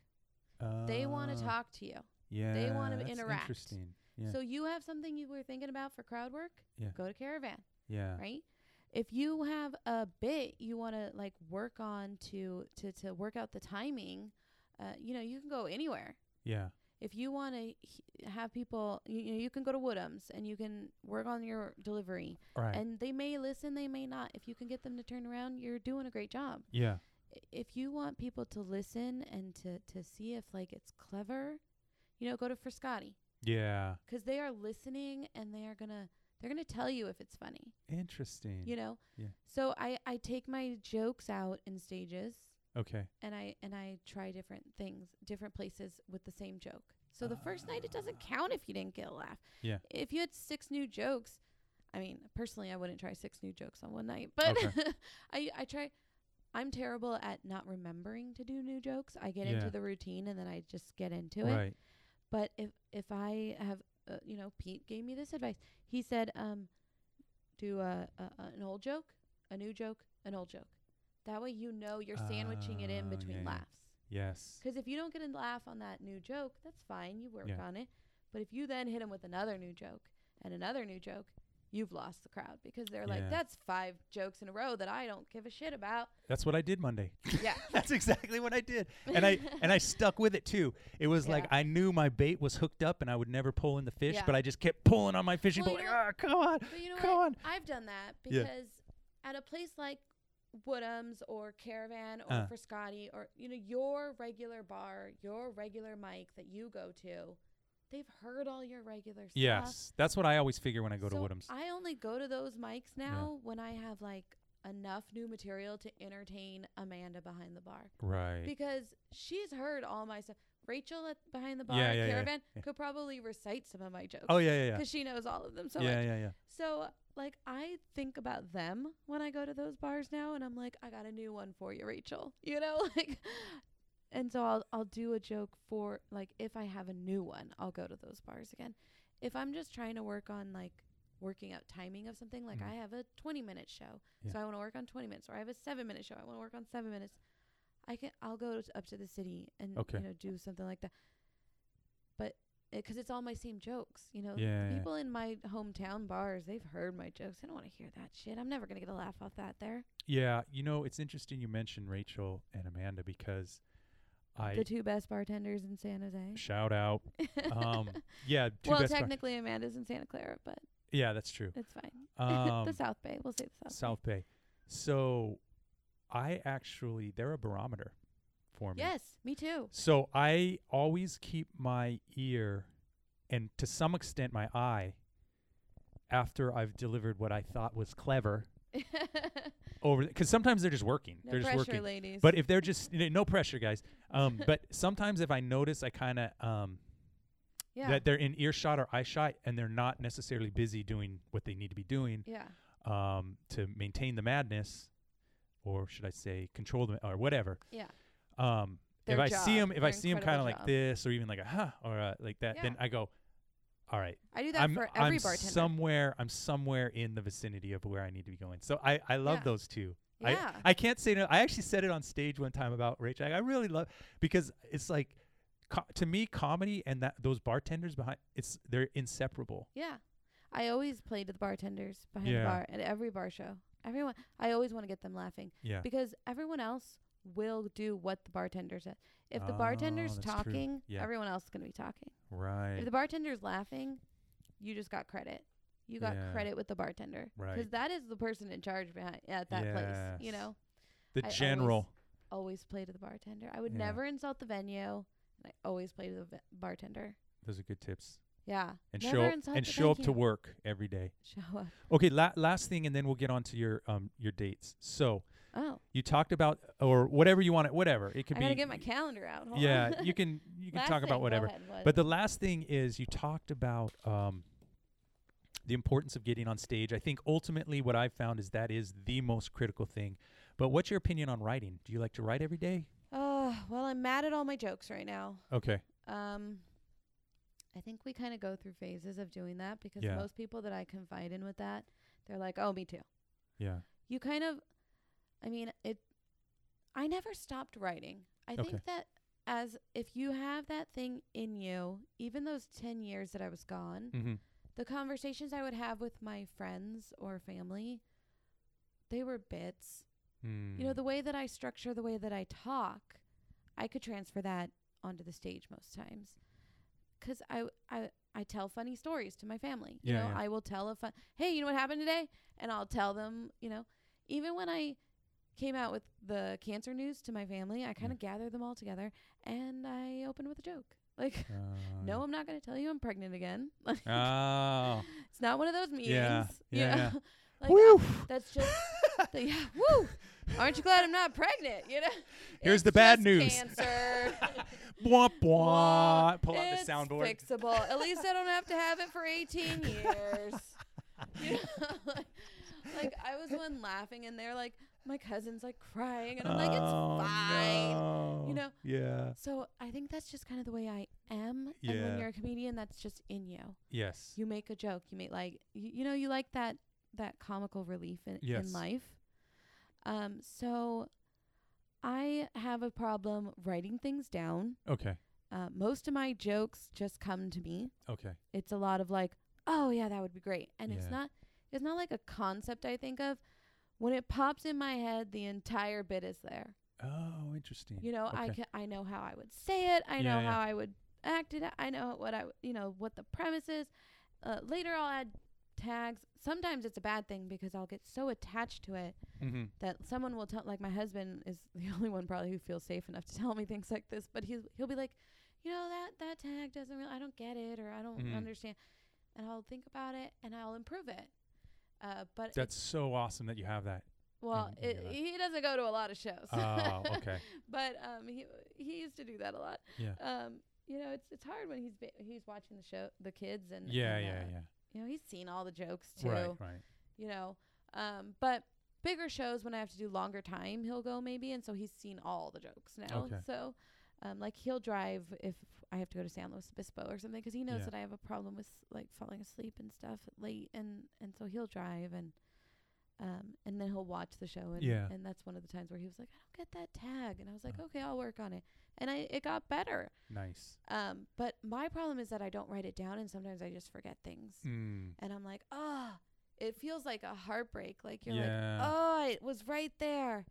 Speaker 2: they want to
Speaker 1: Uh,
Speaker 2: talk to you.
Speaker 1: Yeah.
Speaker 2: wanna
Speaker 1: that's
Speaker 2: interact.
Speaker 1: Interesting. Yeah.
Speaker 2: So you have something you were thinking about for crowd work?
Speaker 1: Yeah.
Speaker 2: Go to caravan,
Speaker 1: yeah.
Speaker 2: right? If you have a bit you want to like work on to to to work out the timing, uh, you know, you can go anywhere.
Speaker 1: Yeah.
Speaker 2: if you want to have people you, you know you can go to woodhams and you can work on your delivery
Speaker 1: All right.
Speaker 2: and they may listen they may not if you can get them to turn around you're doing a great job
Speaker 1: yeah.
Speaker 2: I- if you want people to listen and to to see if like it's clever you know go to Frascati
Speaker 1: Yeah.
Speaker 2: 'cause they are listening and they are gonna they're gonna tell you if it's funny
Speaker 1: Interesting.
Speaker 2: you know
Speaker 1: Yeah.
Speaker 2: so i i take my jokes out in stages
Speaker 1: Okay.
Speaker 2: and I and I try different things, different places with the same joke. So the first night it doesn't count if you didn't get a laugh.
Speaker 1: Yeah.
Speaker 2: If you had six new jokes, I mean, personally I wouldn't try six new jokes on one night, but
Speaker 1: Okay.
Speaker 2: <laughs> I I try I'm terrible at not remembering to do new jokes. I get
Speaker 1: Yeah.
Speaker 2: into the routine and then I just get into it.
Speaker 1: Right.
Speaker 2: But if if I have, uh, you know, Pete gave me this advice. He said, um, do a, a, a- an old joke, a new joke, an old joke. That way you know you're sandwiching it in
Speaker 1: Oh,
Speaker 2: between
Speaker 1: yeah, yeah.
Speaker 2: laughs.
Speaker 1: Yes.
Speaker 2: 'Cause if you don't get a laugh on that new joke, that's fine. You work
Speaker 1: Yeah.
Speaker 2: on it. But if you then hit him with another new joke and another new joke, you've lost the crowd because they're
Speaker 1: Yeah.
Speaker 2: like, that's five jokes in a row that I don't give a
Speaker 1: <laughs>
Speaker 2: shit about.
Speaker 1: That's what I did
Speaker 2: <laughs>
Speaker 1: Monday. <laughs>
Speaker 2: Yeah.
Speaker 1: That's exactly what I did. And I
Speaker 2: <laughs>
Speaker 1: and I stuck with it too. It was like
Speaker 2: Yeah.
Speaker 1: I knew my bait was hooked up and I would never pull in the fish,
Speaker 2: Yeah.
Speaker 1: but I just kept pulling on my fishing
Speaker 2: Well,
Speaker 1: pole.
Speaker 2: you
Speaker 1: like, ah, come on.
Speaker 2: But you know
Speaker 1: Come
Speaker 2: what?
Speaker 1: on.
Speaker 2: I've done that
Speaker 1: Yeah.
Speaker 2: because at a place like Woodhams or Caravan or
Speaker 1: Uh.
Speaker 2: Frascati or you know your regular bar, your regular mic that you go to, they've heard all your regular stuff.
Speaker 1: Yes. That's what I always figure when I go to
Speaker 2: So
Speaker 1: Woodham's.
Speaker 2: I only go to those mics now when I have like enough new material to entertain Amanda behind the bar
Speaker 1: right.
Speaker 2: because she's heard all my stuff. Rachel at behind the bar
Speaker 1: Yeah,
Speaker 2: at
Speaker 1: yeah, yeah,
Speaker 2: Caravan
Speaker 1: yeah.
Speaker 2: could probably recite some of my jokes
Speaker 1: oh yeah, yeah, yeah.
Speaker 2: because she knows all of them so much.
Speaker 1: yeah, yeah, yeah.
Speaker 2: So, like, I think about them when I go to those bars now, and I'm like, I got a new one for you, Rachel. <laughs> You know, like, and so I'll I'll do a joke for like if I have a new one, I'll go to those bars again. If I'm just trying to work on like working out timing of something, like
Speaker 1: Mhm.
Speaker 2: I have a 20 minute show,
Speaker 1: Yeah.
Speaker 2: so I want to work on 20 minutes, or I have a seven minute show, I want to work on seven minutes. I can I'll go t- up to the city and
Speaker 1: Okay.
Speaker 2: you know do something like that. But because it's all my same jokes, you know,
Speaker 1: Yeah,
Speaker 2: the
Speaker 1: yeah.
Speaker 2: people in my hometown bars they've heard my jokes. I don't want to hear that shit. I'm never gonna get a laugh off that there.
Speaker 1: Yeah, you know, it's interesting you mentioned Rachel and Amanda because I
Speaker 2: the two best bartenders in San <laughs> Jose.
Speaker 1: shout out.
Speaker 2: <laughs>
Speaker 1: Um, yeah, two
Speaker 2: well,
Speaker 1: best bar-
Speaker 2: technically Amanda's in Santa Clara, but
Speaker 1: yeah, that's
Speaker 2: <laughs>
Speaker 1: true.
Speaker 2: it's fine.
Speaker 1: Um,
Speaker 2: the South Bay, we'll say the South.
Speaker 1: South Bay. So I actually they're a barometer for
Speaker 2: Bay.
Speaker 1: me.
Speaker 2: Yes, me too. <laughs>
Speaker 1: So I always keep my ear and to some extent my eye after I've delivered what I thought was clever
Speaker 2: no
Speaker 1: over because sometimes they're just working. they're just
Speaker 2: pressure,
Speaker 1: working.
Speaker 2: ladies.
Speaker 1: But if they're just n- no pressure, guys. Um,
Speaker 2: <laughs>
Speaker 1: but sometimes if I notice, I kind of um,
Speaker 2: yeah,
Speaker 1: that they're in earshot or eye shot, and they're not necessarily busy doing what they need to be doing
Speaker 2: yeah,
Speaker 1: um, to maintain the madness, or should I say, control the or whatever.
Speaker 2: yeah.
Speaker 1: Um, if
Speaker 2: Their
Speaker 1: I see
Speaker 2: job,
Speaker 1: them, if I
Speaker 2: their
Speaker 1: see them kind of
Speaker 2: incredible
Speaker 1: like
Speaker 2: job.
Speaker 1: this, or even like a huh, or uh like that, then I go, all right.
Speaker 2: I do that
Speaker 1: I'm
Speaker 2: for
Speaker 1: I'm
Speaker 2: every bartender.
Speaker 1: somewhere I'm somewhere in the vicinity of where I need to be going. So I I love
Speaker 2: Yeah.
Speaker 1: those two.
Speaker 2: yeah,
Speaker 1: I, I can't say no. I actually said it on stage one time about Rachel. I really love because it's like co- to me comedy and that those bartenders behind it's they're inseparable.
Speaker 2: yeah. I always play to the bartenders behind
Speaker 1: Yeah.
Speaker 2: the bar at every bar show. Everyone, I always want to get them laughing.
Speaker 1: Yeah.
Speaker 2: because everyone else will do what the bartender says. If the
Speaker 1: Oh,
Speaker 2: bartender's
Speaker 1: that's true.
Speaker 2: talking,
Speaker 1: Yeah.
Speaker 2: everyone else is going to be talking.
Speaker 1: Right.
Speaker 2: If the bartender's laughing, you just got credit. You got
Speaker 1: Yeah.
Speaker 2: credit with the bartender
Speaker 1: Right.
Speaker 2: because that is the person in charge behind at that place. You
Speaker 1: Yes.
Speaker 2: know,
Speaker 1: The
Speaker 2: I always-
Speaker 1: general.
Speaker 2: always play to the bartender. I would
Speaker 1: Yeah.
Speaker 2: never insult the venue, and I always play to the v- bartender.
Speaker 1: Those are good tips.
Speaker 2: Yeah,
Speaker 1: And
Speaker 2: never
Speaker 1: show up,
Speaker 2: insult
Speaker 1: and
Speaker 2: the
Speaker 1: show up to
Speaker 2: venue.
Speaker 1: work every day.
Speaker 2: Show up.
Speaker 1: Okay. La- last thing, and then we'll get on to your um your dates. So
Speaker 2: Oh,
Speaker 1: you talked about or whatever you want it, whatever it
Speaker 2: I
Speaker 1: could
Speaker 2: gotta
Speaker 1: be.
Speaker 2: get my calendar out. Hold
Speaker 1: yeah,
Speaker 2: <laughs> on.
Speaker 1: you can you can
Speaker 2: Last
Speaker 1: talk
Speaker 2: thing,
Speaker 1: about
Speaker 2: go
Speaker 1: whatever.
Speaker 2: ahead, what-
Speaker 1: But the last thing is, you talked about um, the importance of getting on stage. I think ultimately what I've found is that is the most critical thing. But what's your opinion on writing? Do you like to write every day?
Speaker 2: oh well, I'm mad at all my jokes right now.
Speaker 1: Okay.
Speaker 2: Um, I think we kind of go through phases of doing that because
Speaker 1: Yeah.
Speaker 2: most people that I confide in with that, they're like, "Oh, me too."
Speaker 1: Yeah.
Speaker 2: You kind of, I mean, it. I never stopped writing. I
Speaker 1: Okay.
Speaker 2: think that as if you have that thing in you, even those ten years that I was gone,
Speaker 1: Mm-hmm.
Speaker 2: the conversations I would have with my friends or family, they were bits you
Speaker 1: Mm.
Speaker 2: know the way that i structure the way that i talk i could transfer that onto the stage most times. 'Cause I, I i tell funny stories to my family you
Speaker 1: Yeah,
Speaker 2: know
Speaker 1: yeah.
Speaker 2: i will tell a fun hey you know what happened today and i'll tell them you know even when i came out with the cancer news to my family i
Speaker 1: Mm.
Speaker 2: kind of gathered them all together and i opened with a joke <laughs> like
Speaker 1: Uh. Mm.
Speaker 2: no i'm not going to tell you i'm pregnant again <laughs> Like,
Speaker 1: Oh.
Speaker 2: it's not one of those meetings
Speaker 1: Yeah,
Speaker 2: you
Speaker 1: yeah,
Speaker 2: know?
Speaker 1: yeah.
Speaker 2: <laughs> like
Speaker 1: Woo!
Speaker 2: that's
Speaker 1: <laughs>
Speaker 2: just the, yeah, woo. Aren't you glad I'm not pregnant? You know.
Speaker 1: Here's
Speaker 2: It's
Speaker 1: the bad
Speaker 2: just
Speaker 1: news. <laughs>
Speaker 2: Cancer.
Speaker 1: Bwah,
Speaker 2: Blah.
Speaker 1: bwah. Pull out
Speaker 2: It's
Speaker 1: the soundboard.
Speaker 2: Fixable. At least I don't have to have it for 18 years. You know, <laughs> like I was one laughing, and they're like, my cousin's like crying, and I'm like,
Speaker 1: Oh,
Speaker 2: it's fine.
Speaker 1: no.
Speaker 2: know?
Speaker 1: Yeah.
Speaker 2: So I think that's just kind of the way I am. And
Speaker 1: Yeah.
Speaker 2: when you're a comedian, that's just in you.
Speaker 1: Yes.
Speaker 2: You make a joke. You make like you, you know you like that that comical relief in,
Speaker 1: Yes.
Speaker 2: in life. Um, so I have a problem writing things down.
Speaker 1: Okay.
Speaker 2: Uh, most of my jokes just come to me.
Speaker 1: Okay.
Speaker 2: It's a lot of like, oh yeah, that would be great, and
Speaker 1: Yeah.
Speaker 2: it's not. It's not like a concept I think of. When it pops in my head, the entire bit is there.
Speaker 1: Oh, interesting.
Speaker 2: You know, I ca- I know how I would say it. I
Speaker 1: Yeah,
Speaker 2: know
Speaker 1: yeah.
Speaker 2: how I would act it. out, I know what I w- you know what the premise is. Uh, later, I'll add tags. Sometimes it's a bad thing because I'll get so attached to it
Speaker 1: mm-hmm.
Speaker 2: that someone will tell. Like my husband is <laughs> the only one probably who feels safe enough to tell me things like this. But he'll he'll be like, you know that that tag doesn't really. I don't get it or I don't
Speaker 1: Mhm.
Speaker 2: understand. And I'll think about it and I'll improve it. Uh, but it's-
Speaker 1: That's so awesome that you have
Speaker 2: <laughs>
Speaker 1: that.
Speaker 2: well,
Speaker 1: in- in
Speaker 2: it,
Speaker 1: your life.
Speaker 2: he doesn't go to a lot of shows.
Speaker 1: Mm,
Speaker 2: <laughs>
Speaker 1: Oh, okay.
Speaker 2: but um, he he used to do that a lot.
Speaker 1: Yeah.
Speaker 2: Um, you know, it's it's hard when he's ba- he's watching the show, the kids, and
Speaker 1: Yeah,
Speaker 2: and,
Speaker 1: yeah,
Speaker 2: uh,
Speaker 1: yeah.
Speaker 2: You know, he's seen all the jokes too.
Speaker 1: Right, right.
Speaker 2: You know, um, but bigger shows when I have to do longer time, he'll go maybe, and so he's seen all the jokes now.
Speaker 1: Okay.
Speaker 2: So, um, like he'll drive if I have to go to San Luis Obispo or something, 'cause he knows
Speaker 1: Yeah.
Speaker 2: that I have a problem with like falling asleep and stuff late, and and so he'll drive and. Um, and then he'll watch the show, and,
Speaker 1: Yeah.
Speaker 2: and that's one of the times where he was like, "I don't get that tag," and I was like,
Speaker 1: Oh.
Speaker 2: "Okay, I'll work on it." And I it got better.
Speaker 1: Nice.
Speaker 2: Um, but my problem is that I don't write it down and sometimes I just forget things.
Speaker 1: Mm.
Speaker 2: And I'm like, ah, it feels like a heartbreak. Like you're
Speaker 1: yeah.
Speaker 2: like, oh, it was right there.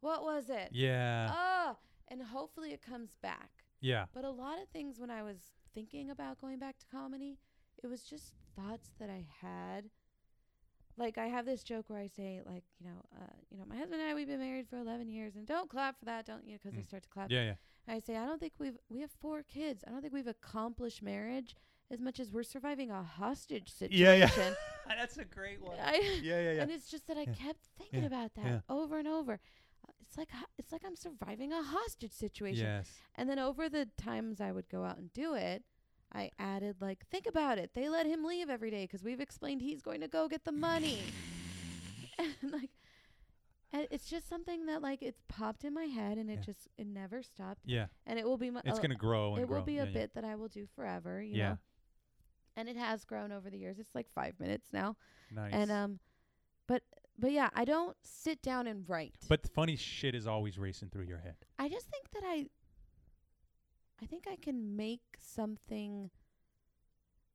Speaker 2: What was it?
Speaker 1: yeah.
Speaker 2: Oh, and hopefully it comes back.
Speaker 1: yeah.
Speaker 2: But a lot of things when I was thinking about going back to comedy, it was just thoughts that I had. Like I have this joke where I say, like, you know, uh, you know, my husband and I, we've been married for 11 years, and don't clap for that, don't you? 'Cause
Speaker 1: Mm.
Speaker 2: they start to clap.
Speaker 1: Yeah. Yeah.
Speaker 2: I say, I don't think we've we have four kids. I don't think we've accomplished marriage as much as we're surviving a hostage situation.
Speaker 1: Yeah, yeah. <laughs> That's a great
Speaker 2: I-
Speaker 1: <laughs>
Speaker 2: <laughs>
Speaker 1: yeah. Yeah. Yeah.
Speaker 2: And it's just that I
Speaker 1: Yeah.
Speaker 2: kept thinking
Speaker 1: Yeah.
Speaker 2: about that
Speaker 1: Yeah.
Speaker 2: over and over. Uh, It's like ho- it's like I'm surviving a hostage situation.
Speaker 1: Yes.
Speaker 2: And then over the times I would go out and do it, I added like, think about it. They let him leave every day 'cause we've explained he's going to go get the money. <laughs> and like, and it's just something that like it's popped in my head and it
Speaker 1: Yeah.
Speaker 2: just it never stopped.
Speaker 1: Yeah.
Speaker 2: And it will be my
Speaker 1: It's
Speaker 2: a-
Speaker 1: gonna grow and
Speaker 2: Uh, it
Speaker 1: grow.
Speaker 2: will be
Speaker 1: yeah,
Speaker 2: a
Speaker 1: yeah.
Speaker 2: bit that I will do forever, you
Speaker 1: Yeah.
Speaker 2: know. And it has grown over the years. It's like five minutes now.
Speaker 1: Nice.
Speaker 2: And um but but yeah, I don't sit down and write.
Speaker 1: but the funny shit is always racing through your head.
Speaker 2: I just think that I I think I can make something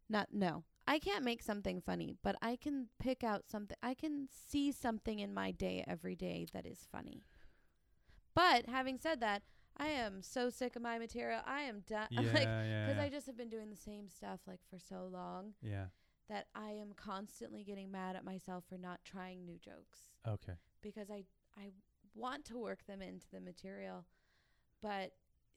Speaker 2: not no. I can't make something funny, but I can pick out something I can see something in my day every day that is funny. But having said that, I am so sick of my material. I am done. <laughs>
Speaker 1: Yeah.
Speaker 2: <laughs> I'm like
Speaker 1: yeah.
Speaker 2: because
Speaker 1: yeah.
Speaker 2: I just have been doing the same stuff like for so long
Speaker 1: yeah.
Speaker 2: that I am constantly getting mad at myself for not trying new jokes
Speaker 1: Okay.
Speaker 2: because I I want to work them into the material, but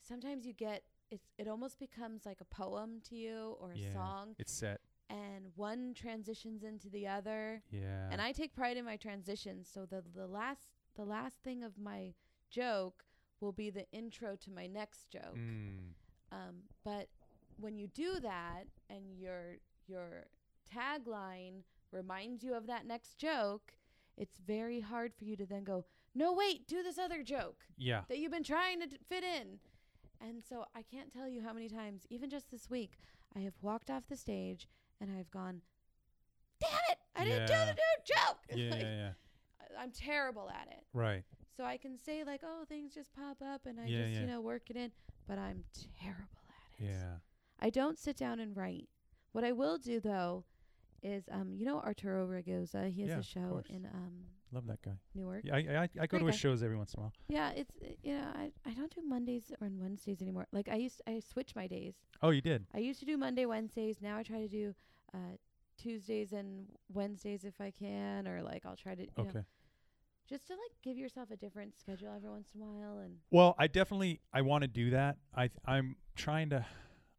Speaker 2: sometimes you get it's it almost becomes like a poem to you or a
Speaker 1: Yeah.
Speaker 2: song,
Speaker 1: It's set.
Speaker 2: and one transitions into the other.
Speaker 1: Yeah.
Speaker 2: And I take pride in my transitions, so the the last the last thing of my joke will be the intro to my next joke.
Speaker 1: Mm.
Speaker 2: Um, but when you do that and your your tagline reminds you of that next joke, it's very hard for you to then go, "No, wait, do this other joke
Speaker 1: Yeah.
Speaker 2: that you've been trying to d- fit in." And so I can't tell you how many times, even just this week, I have walked off the stage and I've gone, "Damn it, I didn't do
Speaker 1: Yeah.
Speaker 2: the new joke." <laughs> <laughs> It's
Speaker 1: Yeah.
Speaker 2: like,
Speaker 1: yeah. Yeah.
Speaker 2: I- I'm terrible at it. <laughs>
Speaker 1: Right.
Speaker 2: So I can say like, "Oh, things just pop up," and I
Speaker 1: Yeah,
Speaker 2: just
Speaker 1: yeah.
Speaker 2: you know work it in, but I'm terrible at it.
Speaker 1: Yeah.
Speaker 2: I don't sit down and write. What I will do though is, um, you know Arturo Regoza. He has
Speaker 1: Yeah,
Speaker 2: a
Speaker 1: of
Speaker 2: show
Speaker 1: course.
Speaker 2: in um
Speaker 1: Love that guy.
Speaker 2: Newark. Yeah,
Speaker 1: Yeah. I I, I go
Speaker 2: Great
Speaker 1: to his
Speaker 2: guy.
Speaker 1: shows every once in a while.
Speaker 2: it's uh, you know I I don't do Mondays or Wednesdays anymore. Like I used I switch my days.
Speaker 1: Oh, you did.
Speaker 2: I used to do Monday Wednesdays. Now I try to do uh, Tuesdays and Wednesdays if I can, or like I'll try to you know,
Speaker 1: Okay.
Speaker 2: just to like give yourself a different schedule every once in a while. And
Speaker 1: Well, I definitely I want to do that. I th- I'm trying to.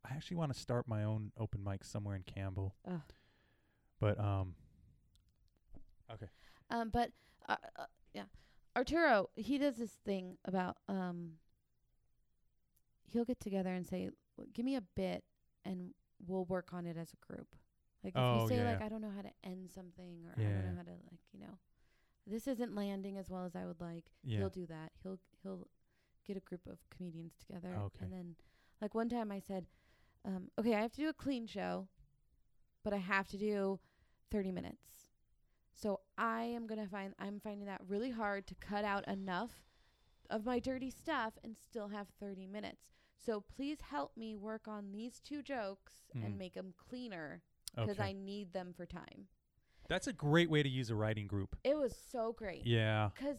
Speaker 1: I actually want to start my own open mic somewhere in Campbell.
Speaker 2: Ugh.
Speaker 1: But um.
Speaker 2: Um, but uh, uh, yeah, Arturo, he does this thing about um. He'll get together and say, "W- "Give me a bit, and we'll work on it as a group." Like if
Speaker 1: Oh,
Speaker 2: you say,
Speaker 1: yeah,
Speaker 2: "Like
Speaker 1: yeah.
Speaker 2: I don't know how to end something," or "I
Speaker 1: Yeah.
Speaker 2: don't know how to like you know, this isn't landing as well as I would like,"
Speaker 1: Yeah.
Speaker 2: he'll do that. He'll he'll get a group of comedians together,
Speaker 1: Okay.
Speaker 2: and then like one time I said, um, "Okay, I have to do a clean show, but I have to do 30 minutes." So I am gonna find I'm finding that really hard to cut out enough of my dirty stuff and still have 30 minutes. So please help me work on these two jokes
Speaker 1: Mhm.
Speaker 2: and make 'em cleaner 'cause
Speaker 1: Okay.
Speaker 2: I need them for time.
Speaker 1: That's a great way to use a writing group.
Speaker 2: It was so great.
Speaker 1: Yeah.
Speaker 2: <laughs> Because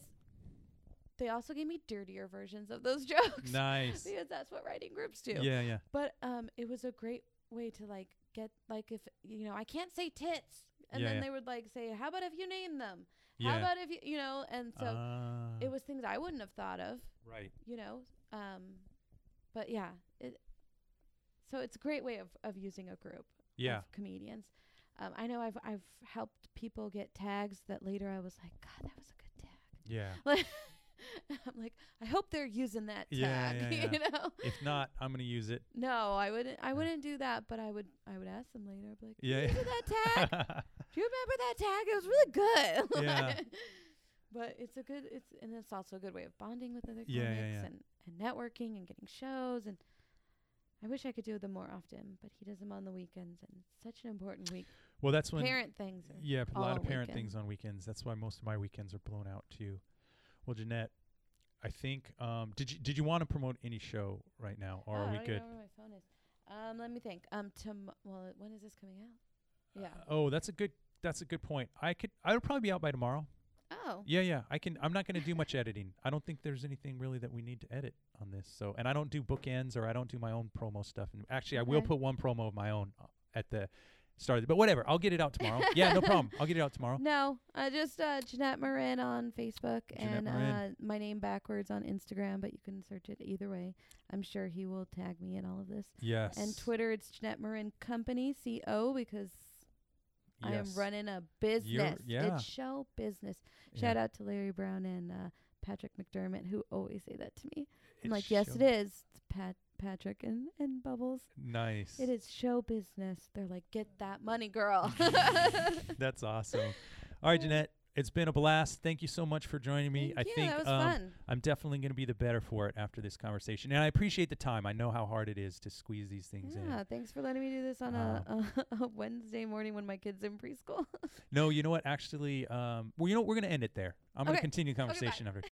Speaker 2: they also gave me dirtier versions of those <laughs> jokes.
Speaker 1: Nice.
Speaker 2: because that's what writing groups do.
Speaker 1: Yeah, yeah.
Speaker 2: But um, it was a great way to like get like if you know I can't say tits, and
Speaker 1: Yeah,
Speaker 2: then
Speaker 1: yeah.
Speaker 2: they would like say, "How about if you name them? How
Speaker 1: Yeah.
Speaker 2: about if you you know?" And so
Speaker 1: Ah,
Speaker 2: it was things I wouldn't have thought of,
Speaker 1: right.
Speaker 2: you know. Um, but yeah, it. So it's a great way of of using a group
Speaker 1: Yeah.
Speaker 2: of comedians. Um, I know I've I've helped people get tags that later I was like, God, that was a good <laughs> tag.
Speaker 1: Yeah.
Speaker 2: Like, I'm like, I hope they're using that tag.
Speaker 1: Yeah, yeah,
Speaker 2: <laughs> You know,
Speaker 1: If not, I'm gonna use it.
Speaker 2: no, I wouldn't. I wouldn't do that. But I would. I would ask them later. I'd be like, "Do
Speaker 1: Yeah.
Speaker 2: <laughs> you remember that
Speaker 1: <laughs>
Speaker 2: tag? Do you remember that tag? It was really good." <laughs>
Speaker 1: Yeah.
Speaker 2: But it's a good. It's and it's also a good way of bonding with other
Speaker 1: Yeah, yeah,
Speaker 2: comics
Speaker 1: yeah.
Speaker 2: and and networking and getting shows and. I wish I could do them more often, but he does them on the weekends, and it's such an important week.
Speaker 1: well, that's when.
Speaker 2: Parent things. Are
Speaker 1: yeah, a lot
Speaker 2: all
Speaker 1: of parent
Speaker 2: weekend.
Speaker 1: things on weekends. That's why most of my weekends are blown out too. Well, Jeanette, I think um, did you did you want to promote any show right now, or
Speaker 2: Oh,
Speaker 1: are
Speaker 2: I
Speaker 1: we
Speaker 2: don't even
Speaker 1: good?
Speaker 2: know where my phone is. Um, let me think. Um, tom- well, when is this coming out? Yeah.
Speaker 1: Oh, that's a good that's a good point. I could I would probably be out by tomorrow.
Speaker 2: Oh.
Speaker 1: Yeah, yeah. I can. I'm not going to do much editing. I don't think there's anything really that we need to edit on this. So, and I don't do bookends or I don't do my own promo stuff. And actually, I will
Speaker 2: Okay.
Speaker 1: put one promo of my own uh, at the start. Of the, but whatever. I'll get it out tomorrow. yeah,
Speaker 2: <laughs>
Speaker 1: no problem. I'll get it out tomorrow.
Speaker 2: No, uh, just uh, Jeanette Marin on Facebook
Speaker 1: Jeanette
Speaker 2: and
Speaker 1: Marin.
Speaker 2: Uh, my name backwards on Instagram, but you can search it either way. I'm sure he will tag me in all of this.
Speaker 1: Yes.
Speaker 2: And Twitter, it's Jeanette Marin Company, CO, because I am running a business.
Speaker 1: yeah.
Speaker 2: It's show business.
Speaker 1: Yeah.
Speaker 2: Shout out to Larry Brown and uh, Patrick McDermott, who always say that to me. I'm
Speaker 1: It's
Speaker 2: like, yes, it
Speaker 1: show-
Speaker 2: is. It's Pat, Patrick and, and Bubbles.
Speaker 1: Nice.
Speaker 2: It is show business. They're like, get that
Speaker 1: <laughs>
Speaker 2: money, girl. <laughs>
Speaker 1: That's awesome. All right, Jeanette. It's been a blast. Thank you so much for joining me.
Speaker 2: Thank
Speaker 1: I
Speaker 2: you,
Speaker 1: think
Speaker 2: that was
Speaker 1: um,
Speaker 2: fun.
Speaker 1: I'm definitely going to be the better for it after this conversation. And I appreciate the time. I know how hard it is to squeeze these things in. Uh-huh.
Speaker 2: Yeah, thanks for letting me do this on <laughs> a, a Wednesday morning when my kid's in preschool.
Speaker 1: No, you know what? Actually, um, well, you know, what? we're going to end it there. I'm going to
Speaker 2: Okay.
Speaker 1: continue the
Speaker 2: bye.
Speaker 1: conversation after.